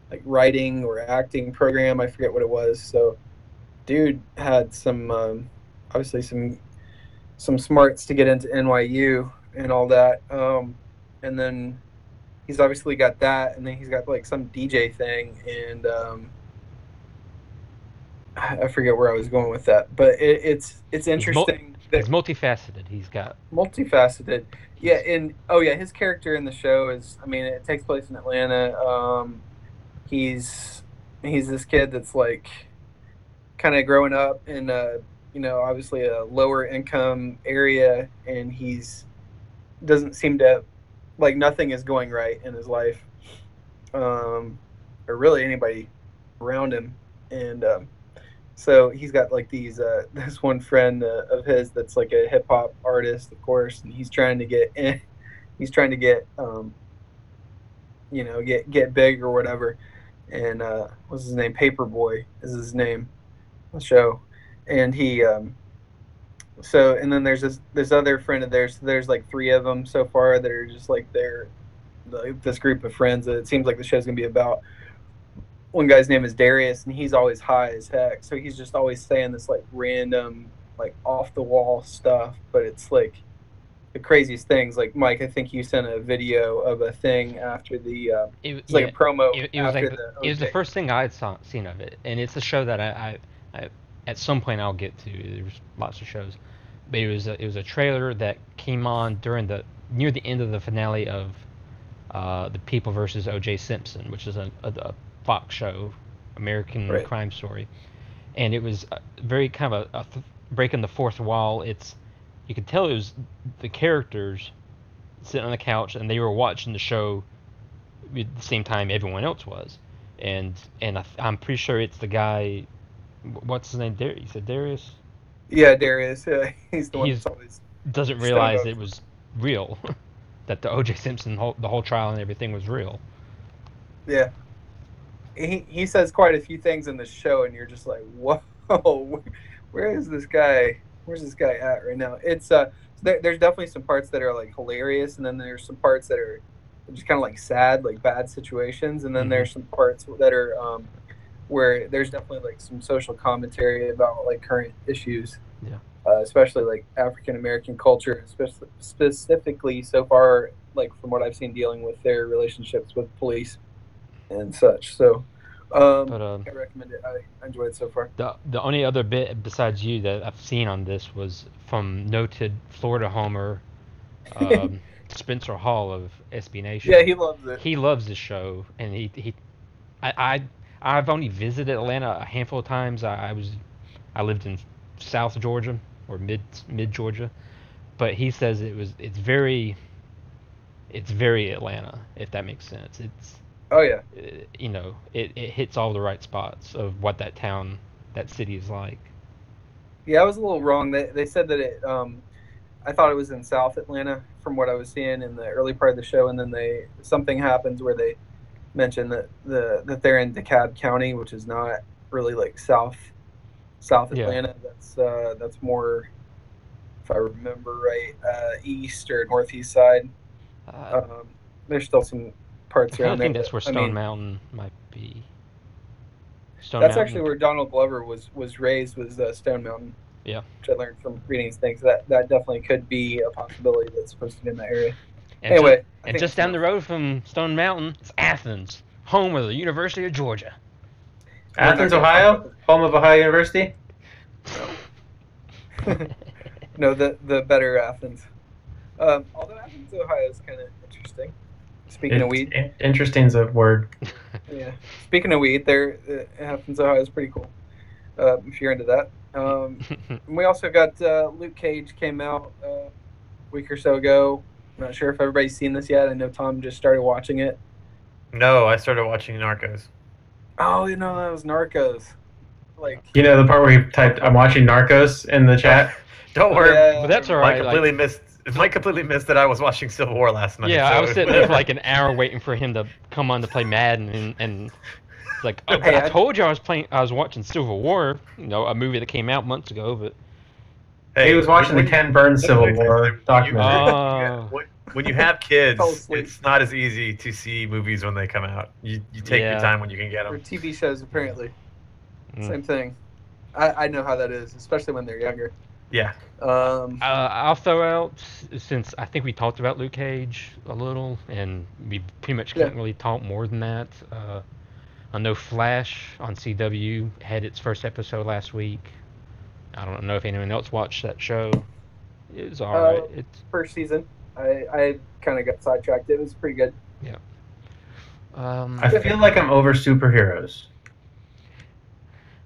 S1: like writing or acting program. I forget what it was. So, dude had some um, obviously some some smarts to get into NYU and all that. Um, and then he's obviously got that, and then he's got like some DJ thing, and um, I I forget where I was going with that. But it, it's it's
S3: He's mul-
S1: interesting. that-
S3: He's multifaceted. He's got
S1: multifaceted. Yeah, and oh yeah, his character in the show is I mean, it takes place in Atlanta. Um he's he's this kid that's like kind of growing up in a, you know, obviously a lower income area and he's doesn't seem to like nothing is going right in his life. Um or really anybody around him and um so he's got like these uh this one friend uh, of his that's like a hip hop artist of course and he's trying to get in he's trying to get um you know get get big or whatever and uh what's his name paperboy is his name on the show and he um so and then there's this this other friend of theirs there's like three of them so far that are just like they're like, this group of friends that it seems like the show's gonna be about one guy's name is Darius, and he's always high as heck. So he's just always saying this like random, like off the wall stuff. But it's like the craziest things. Like Mike, I think you sent a video of a thing after the uh,
S3: it,
S1: it's like
S3: yeah,
S1: a promo
S3: it- it was
S1: after
S3: like
S1: the,
S3: it was the
S1: OJ.
S3: first thing I had saw, seen of it, and it's a show that I, I, I at some point I'll get to. There's lots of shows, but it was a, it was a trailer that came on during the near the end of the finale of uh, the People versus O.J. Simpson, which is a, a, a Fox show, American
S1: Right.
S3: crime story, and it was uh, very kind of a, a th- breaking the fourth wall. It's you could tell it was the characters sitting on the couch and they were watching the show at the same time everyone else was, and and I, I'm pretty sure it's the guy, wh- what's his name? Darius? You said Darius
S1: Yeah, Darius. Yeah, he's the one
S3: He's-
S1: that's always.
S3: doesn't
S1: Stand
S3: realize
S1: up.
S3: it was real, that the O.J. Simpson whole, the whole trial and everything was real.
S1: Yeah. He he says quite a few things in the show, and you're just like, whoa, where is this guy? Where's this guy at right now? It's uh, there, there's definitely some parts that are like hilarious, and then there's some parts that are just kind of like sad, like bad situations, and then
S3: Mhm.
S1: there's some parts that are um, where there's definitely like some social commentary about like current issues.
S3: Yeah.
S1: Uh, especially like African American culture, especially specifically so far, like from what I've seen, dealing with their relationships with police and such. So, um,
S3: But um,
S1: I recommend it. I enjoyed it so far.
S3: the the only other bit besides you that I've seen on this was from noted Florida homer um, Spencer Hall of SB Nation.
S1: Yeah, he loves it.
S3: he loves this show, and he he, I, I I've only visited Atlanta a handful of times. I, I was, I lived in South Georgia or mid mid Georgia, but he says it was it's very, it's very Atlanta if that makes sense. It's
S1: Oh yeah,
S3: uh, you know it, it hits all the right spots of what that town that city is like.
S1: yeah. I was a little wrong. They they said that it. Um, I thought it was in South Atlanta from what I was seeing in the early part of the show, and then they something happens where they mention that the that they're in DeKalb County, which is not really like South South
S3: Yeah.
S1: Atlanta. That's uh, that's more, if I remember right, uh, east or northeast side.
S3: Uh,
S1: Um, there's still some parts
S3: I kind
S1: around
S3: of
S1: there.
S3: think that's where
S1: but, I
S3: Stone
S1: mean,
S3: Mountain might be. Stone
S1: That's
S3: Mountain-
S1: actually where Donald Glover was was raised was uh, Stone Mountain.
S3: Yeah.
S1: which I learned from reading these things that that definitely could be a possibility that's posted in that area.
S3: and
S1: anyway,
S3: just- and just down the road from Stone Mountain, it's Athens, home of the University of Georgia.
S2: Athens, Ohio, home of Ohio University.
S1: road. no, the the better Athens. Um, although Athens, Ohio is kind of interesting. Speaking of
S2: It's-
S1: weed,
S2: in- Interesting's a word.
S1: yeah. Speaking of weed, there uh, Athens, Ohio is pretty cool. Uh, if you're into that. Um, And we also got uh, Luke Cage came out uh, a week or so ago. I'm not sure if everybody's seen this yet. I know Tom just started watching it.
S4: No, I started watching Narcos.
S1: Oh, you know that was Narcos. Like
S2: You know the part where he typed "I'm watching Narcos" in the chat. Oh,
S4: Don't worry,
S1: Yeah.
S3: but that's all
S4: Mike
S3: right. like-
S4: completely missed. Mike completely missed that I was watching Civil War last night.
S3: yeah, I
S4: so-
S3: was sitting there for like an hour waiting for him to come on to play Madden, and, and it's like, oh,
S1: Hey,
S3: I,
S1: I-
S3: told you I was playing, I was watching Civil War, you know, a movie that came out months ago, but
S4: Hey,
S2: he was watching the
S4: when-
S2: Ken Burns Civil War
S4: when-
S2: documentary.
S3: Oh.
S4: when- When you have kids,
S1: Fell asleep.
S4: it's not as easy to see movies when they come out. You, you take
S3: Yeah.
S4: your time when you can get
S1: or
S4: them.
S1: TV shows, apparently.
S3: Mm.
S1: Same thing. I, I know how that is, especially when they're younger.
S4: Yeah.
S1: Um,
S3: Uh, I'll throw out s- since I think we talked about Luke Cage a little, and we pretty much
S1: Yeah.
S3: can't really talk more than that. Uh, I know Flash on CW had its first episode last week. I don't know if anyone else watched that show. It was
S1: Uh,
S3: alright. it's
S1: first season, I, I kind of got sidetracked. It was pretty good.
S3: um,
S2: I feel like I'm over superheroes.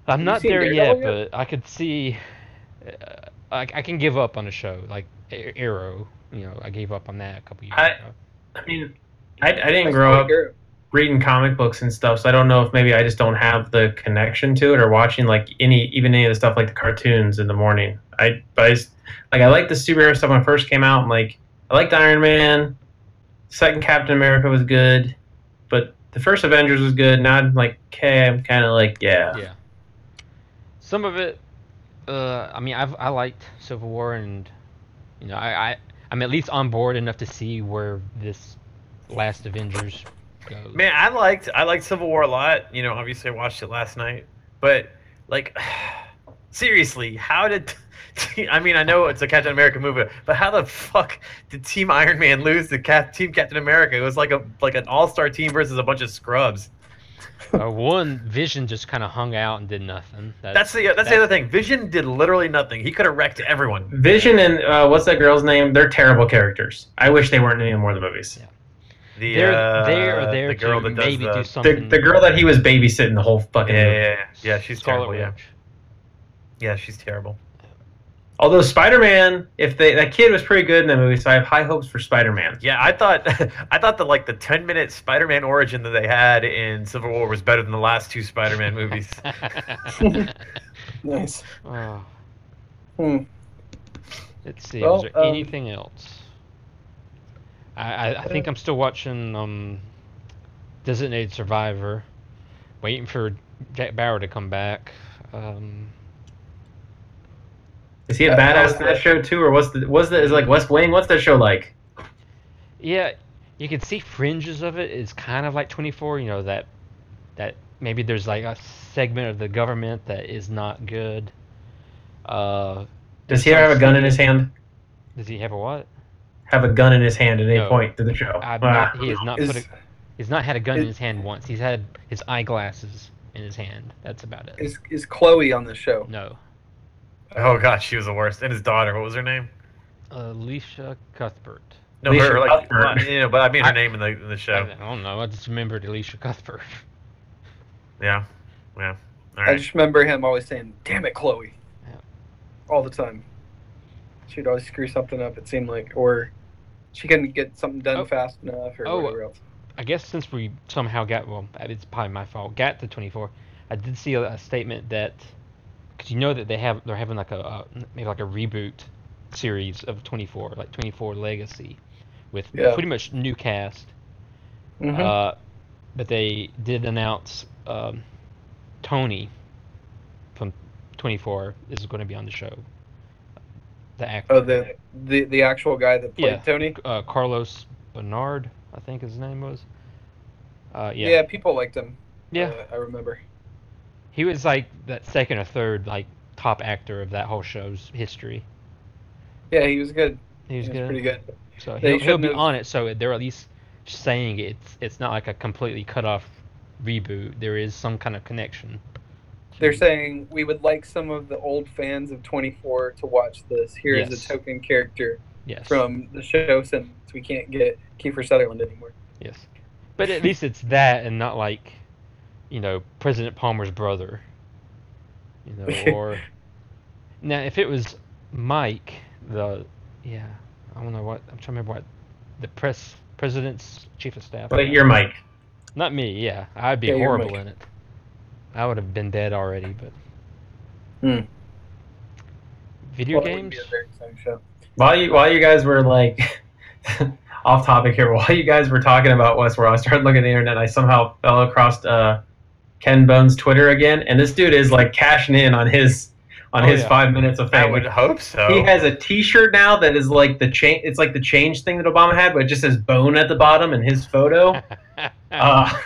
S3: I'm
S1: you
S3: not
S1: seen
S3: there yet,
S1: Daredevil
S3: but I could see. Uh, I, I can give up on a show like A- Arrow. You know, I gave up on that a couple years
S2: I-
S3: ago.
S2: I mean, I, I didn't grow up reading comic books and stuff, so I don't know if maybe I just don't have the connection to it or watching like any even any of the stuff like the cartoons in the morning. I but I just, like I liked the superhero stuff when it first came out and like I liked Iron Man. Second Captain America was good, but the first Avengers was good. Now I'm like, okay, I'm kind of like, yeah.
S3: yeah some of it uh i mean i've i liked civil war and you know i, I i'm at least on board enough to see where this last avengers goes
S4: Man, I liked I liked Civil War a lot. You know, obviously I watched it last night, but like seriously, how did I mean, I know it's a Captain America movie, but how the fuck did Team Iron Man lose to Cap, Team Captain America? It was like a like an all-star team versus a bunch of scrubs.
S3: uh, one Vision just kind of hung out and did nothing.
S4: That's the that's the other thing. Vision did literally nothing. He could have wrecked everyone.
S2: Vision and uh, what's that girl's name? They're terrible characters. I wish they weren't in any more of the movies.
S4: The
S3: they're
S4: uh,
S3: they're there
S4: the girl
S3: to
S4: that does
S3: maybe
S4: the,
S3: do
S2: The,
S3: something.
S2: the girl that he was babysitting the whole fucking
S4: yeah, yeah,
S2: movie.
S4: yeah, yeah. She's
S3: Scarlet
S4: terrible. Yeah,
S3: Witch.
S4: yeah, she's terrible.
S2: Although Spider Man, if they that kid was pretty good in that movie, so I have high hopes for Spider Man.
S4: Yeah, I thought I thought that like the ten minute Spider Man origin that they had in Civil War was better than the last two Spider Man movies.
S1: Nice.
S3: Oh.
S1: Hmm.
S3: Let's see.
S1: Well,
S3: was there
S1: um,
S3: anything else? I, I, I think I'm still watching um, Designated Survivor, waiting for Jack Bauer to come back. Um,
S2: Is he a
S1: Uh,
S2: badass
S1: uh,
S2: in that show too, or what's the what's the is it like West Wing? What's that show like?
S3: yeah, you can see fringes of it. It's kind of like 24. You know that that maybe there's like a segment of the government that is not good. Uh,
S2: Does he ever have a gun in his hand?
S3: does he have a what?
S2: Have a gun in his hand at any
S3: No.
S2: point through the show?
S3: I've
S2: Ah.
S3: not, he has not
S1: Is-
S3: put a, he's not had a gun in
S1: is-
S3: his hand once. He's had his eyeglasses in his hand. That's about it.
S1: Is is Chloe on the show?
S3: No,
S4: oh gosh, she was the worst. And his daughter, what was her name?
S3: Alicia Cuthbert.
S4: No,
S2: Alicia
S4: her like
S2: Cuthbert.
S4: not- you know, but I mean her
S3: I-
S4: name in the in the
S3: I,
S4: show.
S3: I don't know. I just remembered Alicia Cuthbert.
S4: Yeah, yeah. All
S1: I
S4: right.
S1: just remember him always saying, "Damn it, Chloe,"
S3: Yeah.
S1: all the time. She'd always screw something up. It seemed like, or she couldn't get something done
S3: Oh.
S1: fast enough, or
S3: Oh,
S1: whatever else.
S3: I guess since we somehow got well, it's probably my fault. Got to 24. I did see a, a statement that because you know that they have they're having like a uh, maybe like a reboot series of 24, like 24 Legacy, with
S1: Yeah.
S3: pretty much new cast.
S1: Mhm.
S3: Uh, but they did announce um, Tony from 24 is going to be on the show. The actor,
S1: oh, the the the actual guy that played
S3: Yeah.
S1: Tony.
S3: uh, Carlos Bernard, I think his name was. Uh,
S1: Yeah.
S3: yeah, yeah,
S1: people liked him. uh, I remember.
S3: He was like that second or third like top actor of that whole show's history.
S1: Yeah, he was good.
S3: He
S1: He
S3: was
S1: was
S3: good.
S1: pretty good.
S3: So
S1: They
S3: he'll, he'll be
S1: shouldn't have-
S3: on it. So they're at least saying it's it's not like a completely cut off reboot. There is some kind of connection.
S1: They're
S3: to-
S1: saying we would like some of the old fans of 24 to watch this. Here is
S3: Yes.
S1: a token character
S3: yes.
S1: from the show since we can't get Kiefer Sutherland anymore.
S3: Yes. But at least it's that and not like, you know, President Palmer's brother. You know, or now if it was Mike, the yeah, I don't know what I'm trying to remember what the press president's chief of staff.
S2: But you're Mike.
S3: not me, yeah. I'd be
S1: Yeah, you're
S3: horrible
S1: Mike.
S3: in it. I would have been dead already, but
S1: Hmm.
S3: Video
S1: Well, it wouldn't
S3: games?
S1: be a very exciting show.
S2: While you while you guys were like off topic here, while you guys were talking about Westworld, I started looking at the internet. I somehow fell across uh, Ken Bone's Twitter again, and this dude is like cashing in on his on
S3: Oh,
S2: his
S3: yeah.
S2: five minutes of
S4: I
S2: fame.
S4: would hope so.
S2: He has a T-shirt now that is like the change. It's like the change thing that Obama had, but it just says Bone at the bottom and his photo. Uh,
S3: Ah.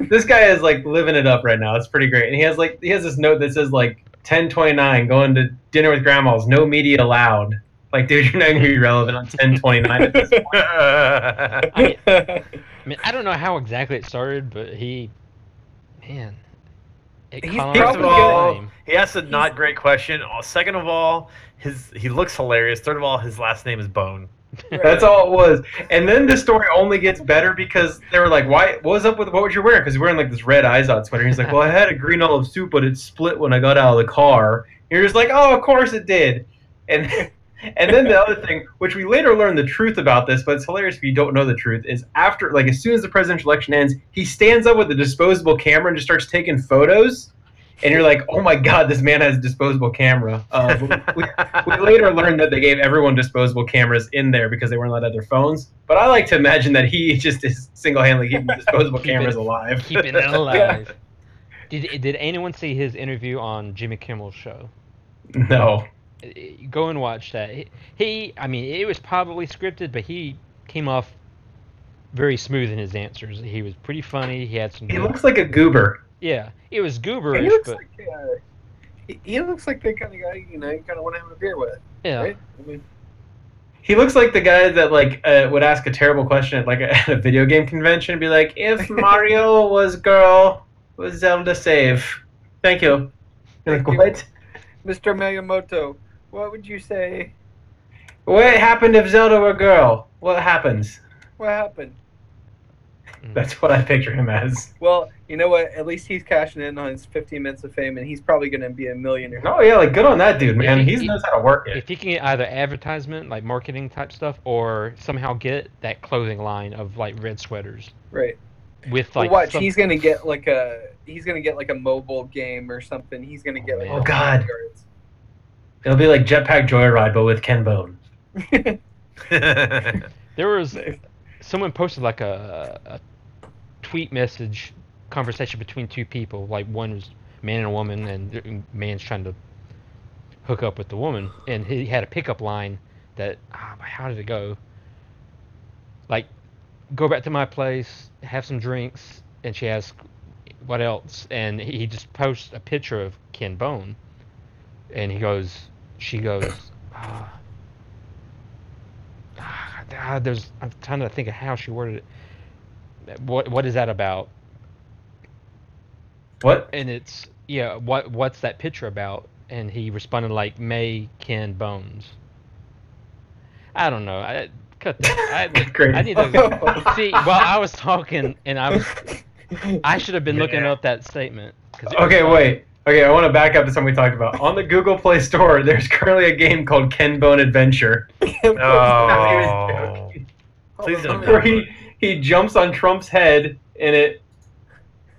S2: this guy is like living it up right now. It's pretty great. And he has like he has this note that says like 1029 going to dinner with grandmas, no media allowed. Like, dude, you're not gonna be relevant on 1029 at this point.
S3: I mean, I mean, I don't know how exactly it started, but he, man, it
S1: He's
S3: caught
S4: First of
S1: probably
S4: all,
S3: him.
S4: he asked a not great question. Oh, Second of all, his he looks hilarious. Third of all, his last name is Bone.
S2: That's all it was. And then the story only gets better because they were like, "Why? What was up with what was you wearing?" Because wearing like this red eyes on sweater. He's like, "Well, I had a green olive soup, but it split when I got out of the car." And you're just like, "Oh, of course it did." And and then the other thing, which we later learned the truth about this, but it's hilarious if you don't know the truth, is after like as soon as the presidential election ends, he stands up with a disposable camera and just starts taking photos. And you're like, "Oh my God, this man has a disposable camera." Uh, but we- we later learned that they gave everyone disposable cameras in there because they weren't allowed to have their phones. But I like to imagine that he just is single-handedly keeping disposable
S3: Keep it-
S2: cameras alive.
S3: keeping it alive. Did did anyone see his interview on Jimmy Kimmel's show?
S2: No,
S3: Uh, Go and watch that. He- He, I mean, it was probably scripted, but he came off very smooth in his answers. He was pretty funny. He had some.
S2: he
S3: good-
S2: looks like a goober.
S3: yeah, it was
S1: he
S3: gooberish,
S1: looks
S3: but
S1: like uh, he, he looks like the kind of guy you know you kind of want to have a beer with.
S3: yeah.
S1: Right? I mean,
S2: He looks like the guy that like uh, would ask a terrible question at like a, at a video game convention and be like, "If Mario was girl, was Zelda save?" Thank you. You're like,
S1: Thank you.
S2: what?
S1: Mr. Miyamoto, what would you say?
S2: What happened if Zelda were girl? What happens?
S1: What happened?
S2: That's what I picture him as.
S1: Well, you know what? At least he's cashing in on his 15 minutes of fame, and he's probably going to be a millionaire.
S2: Oh yeah, like good on that dude, man.
S3: If
S2: He
S3: he-
S2: knows how to work it.
S3: If you can get either advertisement, like marketing type stuff, or somehow get that clothing line of like red sweaters
S1: Right.
S3: with
S1: Well,
S3: like
S1: watch,
S3: some-
S1: he's going to get like a he's going to get like a mobile game or something. He's going to get like
S3: Oh,
S1: a-
S2: God. It'll be like Jetpack Joyride, but with Ken Bone.
S3: there was someone posted like a, a tweet message conversation between two people like one was man and a woman and the man's trying to hook up with the woman and he had a pickup line that ah, how did it go like go back to my place have some drinks and she asked what else and he he just posts a picture of ken bone and he goes she goes ah, Ah, ah, there's I'm trying to think of how she worded it. What what is that about?
S2: What?
S3: And it's yeah, what what's that picture about? And he responded like May Ken Bones. I don't know. I cut that. I,
S2: Great.
S3: I need to see. Well, I was talking and I was I should have been looking
S4: Yeah.
S3: up that statement. 'cause it was
S2: Okay,
S3: funny.
S2: wait. Okay, I want to back up to something we talked about. On the Google Play Store, there's currently a game called Ken Bone Adventure.
S4: Oh. Please don't.
S1: Oh,
S2: Where he, he jumps on Trump's head and it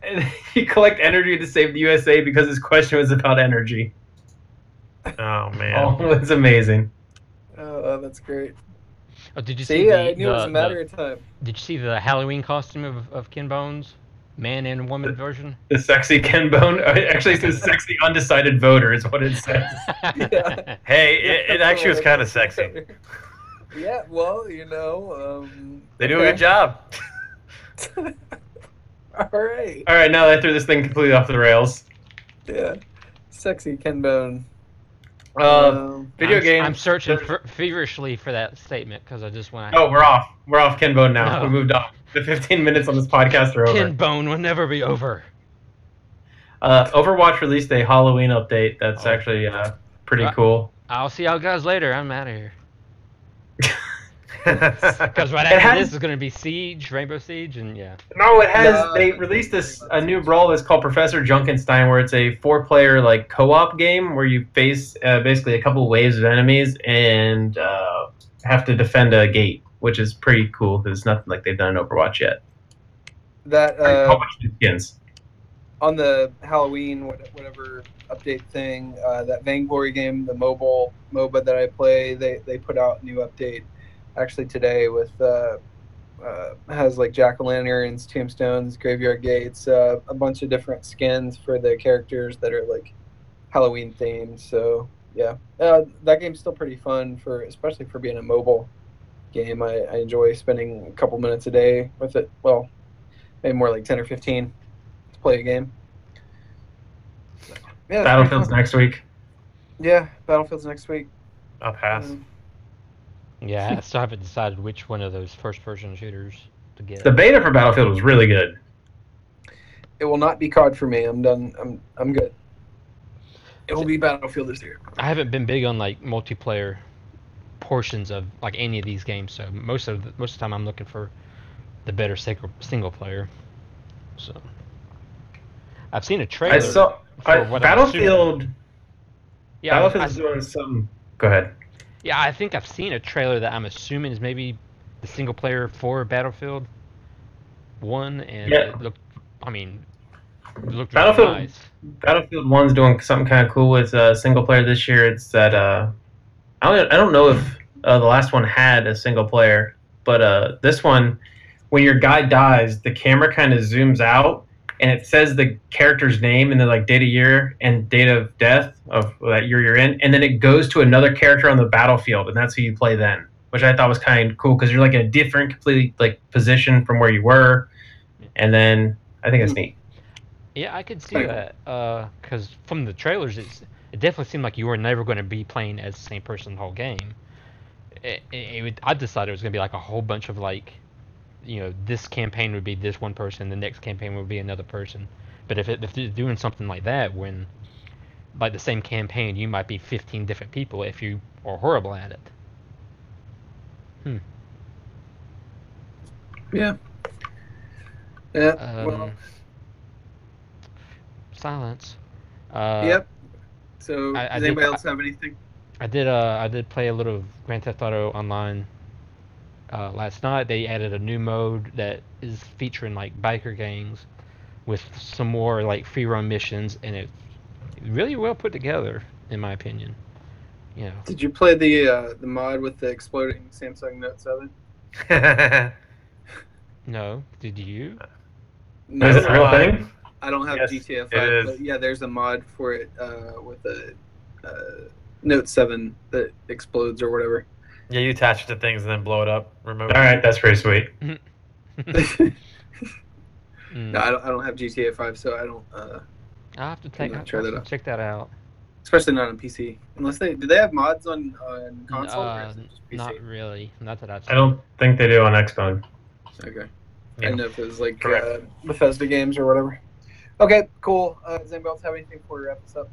S2: and you collect energy to save the USA because his question was about energy.
S4: Oh man.
S2: Oh, that's amazing.
S1: Oh, that's great.
S3: Oh, did you see?
S1: See,
S3: the,
S1: I knew it was
S3: the-
S1: a
S3: the-
S1: matter of time.
S3: did you see the Halloween costume of, of Ken Bones, man and woman version?
S2: The sexy Ken Bone. Actually, it says sexy undecided voter is what it says.
S1: Yeah.
S4: Hey, it, it actually was kind of sexy.
S1: yeah, well, you know, um,
S4: They do a good job.
S1: all right.
S2: All right, now that I threw this thing completely off the rails.
S1: Yeah, sexy Ken Bone.
S2: Uh,
S1: Um,
S2: video
S3: I'm,
S2: games.
S3: I'm searching fer- feverishly for that statement because I just want to.
S2: Oh, we're off. We're off Ken Bone now.
S3: No.
S2: We moved on. The 15 minutes on this podcast are over.
S3: Ken Bone will never be over.
S2: Uh, Overwatch released a Halloween update that's
S3: Oh.
S2: actually uh, pretty
S3: Uh,
S2: cool.
S3: I'll see y'all guys later. I'm out of here.
S4: That's
S3: Because right
S2: It
S3: after
S2: had-
S3: this is gonna be Siege, Rainbow Siege, and yeah.
S2: No, it has.
S1: No.
S2: They released this a new brawl that's called Professor Junkenstein, where it's a four-player like co-op game where you face uh, basically a couple waves of enemies and uh, have to defend a gate, which is pretty cool because it's nothing like they've done in Overwatch yet.
S1: that uh,
S2: Overwatch new skins.
S1: on the Halloween what- whatever update thing, uh, that Vainglory game, the mobile MOBA that I play, they they put out a new update actually today with uh, uh, has like jack o' lanterns, tombstones, graveyard gates, uh, a bunch of different skins for the characters that are like Halloween themed. So yeah, uh, that game's still pretty fun for especially for being a mobile game. I, I enjoy spending a couple minutes a day with it. Well, maybe more like ten or fifteen to play a game. Yeah, that's pretty
S2: Battlefield's
S1: fun.
S2: next week.
S1: Yeah, Battlefield's next week.
S4: I'll pass.
S1: Um,
S3: Yeah, I still haven't decided which one of those first person shooters to get.
S2: The beta for Battlefield was really good.
S1: it will not be COD for me. I'm done. I'm I'm good. It will be Battlefield this year.
S3: I haven't been big on like multiplayer portions of like any of these games, so most of the, most of the time I'm looking for the better single single player. So I've seen a trailer.
S2: I saw
S3: for
S2: I,
S3: what I'm assuming-
S2: Battlefield.
S3: Yeah, I- I-
S2: Battlefield's doing some. Go ahead.
S3: Yeah, I think I've seen a trailer that I'm assuming is maybe the single player for Battlefield One, and
S2: Yeah.
S3: it looked. I mean, it looked
S2: Battlefield-
S3: really nice.
S2: Battlefield One's doing something kind of cool with uh, single player this year. It's that uh, I don't I don't know if uh, the last one had a single player, but uh, this one, when your guy dies, the camera kind of zooms out and it says the character's name and then like date of year and date of death of that year you're in, and then it goes to another character on the battlefield, and that's who you play then. Which I thought was kind of cool because you're like in a different, completely like position from where you were, and then I think it's neat.
S3: Yeah, I could see
S1: Okay.
S3: that. Because from the trailers, it's, it definitely seemed like you were never going to be playing as the same person the whole game. it, it, it would, I decided it was going to be like a whole bunch of like, you know, this campaign would be this one person, the next campaign would be another person. But if it, if you're doing something like that, when like the same campaign, you might be 15 different people if you are horrible at it.
S1: Yeah. Yeah. well,
S3: Um, silence. Uh,
S1: yep. So,
S3: I- I
S1: does
S3: did-
S1: anybody else have anything?
S3: I did. Uh, I did play a little of Grand Theft Auto Online uh, last night. They added a new mode that is featuring like biker gangs with some more like free roam missions, and it's really well put together, in my opinion. You know,
S1: Did you play the uh, the mod with the exploding Samsung Note Seven?
S3: no, did you?
S1: No,
S2: Is it a real
S1: I-
S2: thing?
S1: I don't have
S4: Yes,
S1: GTA
S4: it
S1: Five,
S4: is.
S1: but yeah, there's a mod for it uh, with a uh, Note Seven that explodes or whatever.
S4: yeah, you attach it to things and then blow it up. Remember?
S2: All right, that's pretty sweet.
S3: Hmm. Mm,
S1: no, I don't, I don't have GTA Five, so I don't. Uh,
S3: I'll have to take.
S1: not
S3: I'll
S1: sure
S3: have
S1: that
S3: to
S1: I-
S3: check that out.
S1: especially not on PC. Unless they do they have mods on on console or is
S3: Uh,
S1: it just PC?
S3: Not really. Not that I've.
S2: I don't think they do on Xbox.
S1: Okay. I
S4: Yeah.
S1: didn't know if it was like
S4: Correct.
S1: uh, Bethesda games or whatever. Okay, cool. Uh, does anybody else have anything before we wrap this up?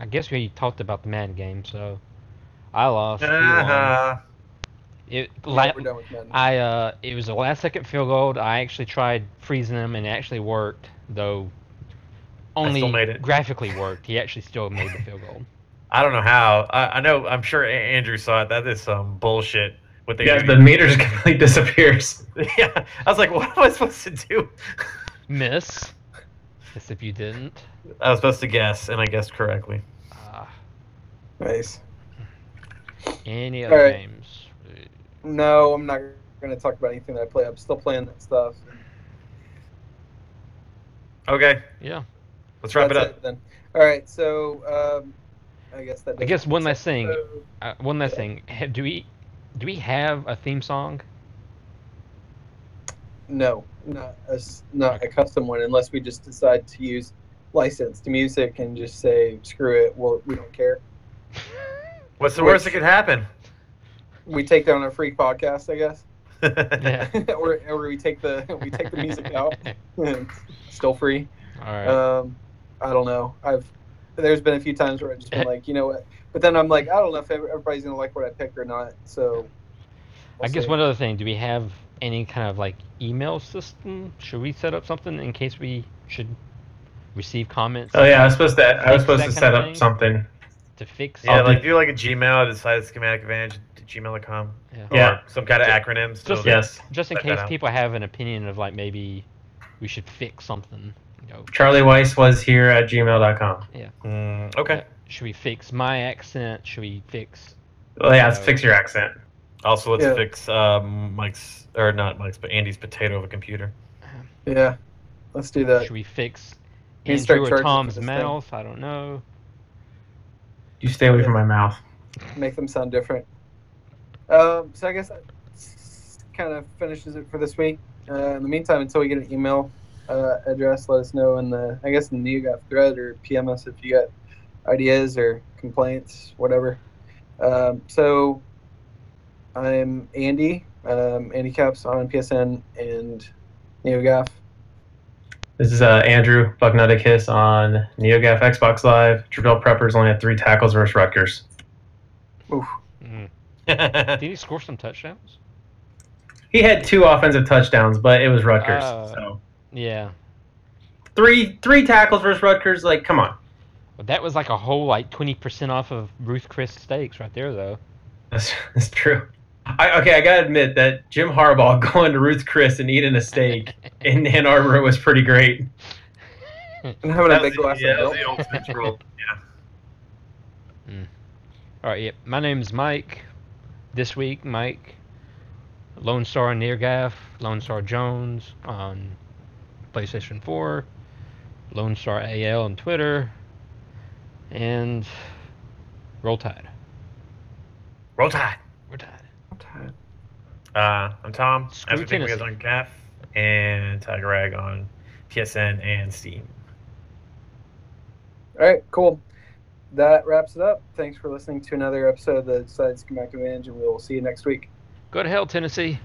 S3: I guess we talked about the Madden game, so I lost. you won.
S4: Uh-huh.
S3: It,
S1: Yeah,
S3: la-
S1: we're done with Madden.
S3: I uh, it was a last second field goal. I actually tried freezing him, and it actually worked, though. Only
S4: still made it.
S3: graphically worked. He actually still made the field goal.
S4: I don't know how. I, I know. I'm sure A- Andrew saw it. That is some bullshit. What they
S2: Yeah,
S4: do.
S2: the meter just completely disappears.
S4: yeah. I was like, what am I supposed to do?
S3: Miss. As if you didn't.
S4: I was supposed to guess, and I guessed correctly.
S3: Uh,
S1: nice.
S3: any other
S1: Alright.
S3: games?
S1: No, I'm not going to talk about anything that I play. I'm still playing that stuff.
S4: Okay,
S3: Yeah.
S4: let's wrap
S1: That's
S4: it up.
S1: then. All right, so um, I guess that.
S3: I guess one last
S1: does
S3: thing.
S1: it. So,
S3: Uh, one last thing. Ha- Do we do we have a theme song?
S1: No, not a s- not a custom one, unless we just decide to use licensed music and just say screw it. Well, we don't care.
S4: What's the
S1: Which-
S4: worst that could happen?
S1: We take down a freak podcast, I guess,
S3: Yeah.
S1: or, or we take the we take the music out. still free.
S3: All right.
S1: Um, I don't know. I've there's been a few times where I've just been like, you know what? But then I'm like, I don't know if ev- everybody's gonna like what I pick or not. So
S3: I guess
S1: what
S3: one other thing. Do we have any kind of like email system? Should we set up something in case we should receive
S4: Uh,
S3: comments
S2: Oh yeah, I was supposed to. I was
S3: Fix
S2: supposed
S3: that
S2: to
S3: kind
S2: set
S3: of
S2: up
S3: thing?
S2: something.
S3: to fix?
S4: Yeah,
S3: it?
S4: like do like a Gmail, decide schematic advantage to gmail.com.
S3: Yeah.
S4: Or
S2: Yeah.
S4: some kind of acronym. So
S3: Just-
S2: Yes,
S3: just in
S4: Check that
S3: case
S4: out.
S3: people have an opinion of like maybe we should fix something. You know,
S2: Charlie Weiss was here at gmail.com.
S4: Mm, okay,
S3: Yeah. should we fix my accent? Should we fix?
S2: Well, yeah, let's
S3: Uh,
S2: fix your accent.
S4: also let's
S1: Yeah.
S4: fix um, Mike's or not Mike's, but Andy's potato of a computer.
S1: Yeah, let's do that.
S3: Should we fix
S1: We start
S3: Andrew or
S1: charging for
S3: Tom's
S1: this thing.
S3: mouth? I don't know.
S2: You stay away from my mouth.
S1: Make them sound different. Um, so I guess that kind of finishes it for this week. Uh, in the meantime, until we get an email uh, address, let us know in the I guess in the YouGov thread or PM us if you got ideas or complaints, whatever. Um, so I'm Andy, um, Andy Caps on PSN and NeoGAF.
S2: This is uh, Andrew Bucknut Kiss on NeoGaf Xbox Live. Trudell Preppers only had three tackles versus Rutgers.
S3: Mm.
S4: yeah,
S3: Did he score some touchdowns?
S2: He had two offensive touchdowns, but it was Rutgers.
S3: Uh.
S2: so
S3: Yeah.
S2: three three tackles versus Rutgers. Like, come on.
S3: Well, that was like a whole like twenty percent off of Ruth Chris steaks right there though.
S2: That's, that's true. I, okay, I gotta admit that Jim Harbaugh going to Ruth Chris and eating a steak in Ann Arbor was pretty great.
S1: I'm having
S4: that
S1: a
S4: was
S1: big glass
S4: the, yeah, that
S1: of
S4: was
S1: milk.
S4: the ultimate troll. Yeah.
S3: All right, yep. My name's Mike. This week, Mike, Lone Star Neargaff, Lone Star Jones on PlayStation 4, Lone Star AL on Twitter, and Roll Tide.
S4: Roll Tide.
S3: Roll Tide.
S4: Uh, I'm Tom.
S3: Screw
S4: As we think we guys
S3: Tennessee.
S4: on CAF and Tiger Rag on PSN and Steam.
S1: All right, cool. that wraps it up. Thanks for listening to another episode of the Sides Come Back to Advantage, and we will see you next week.
S3: Go to hell, Tennessee.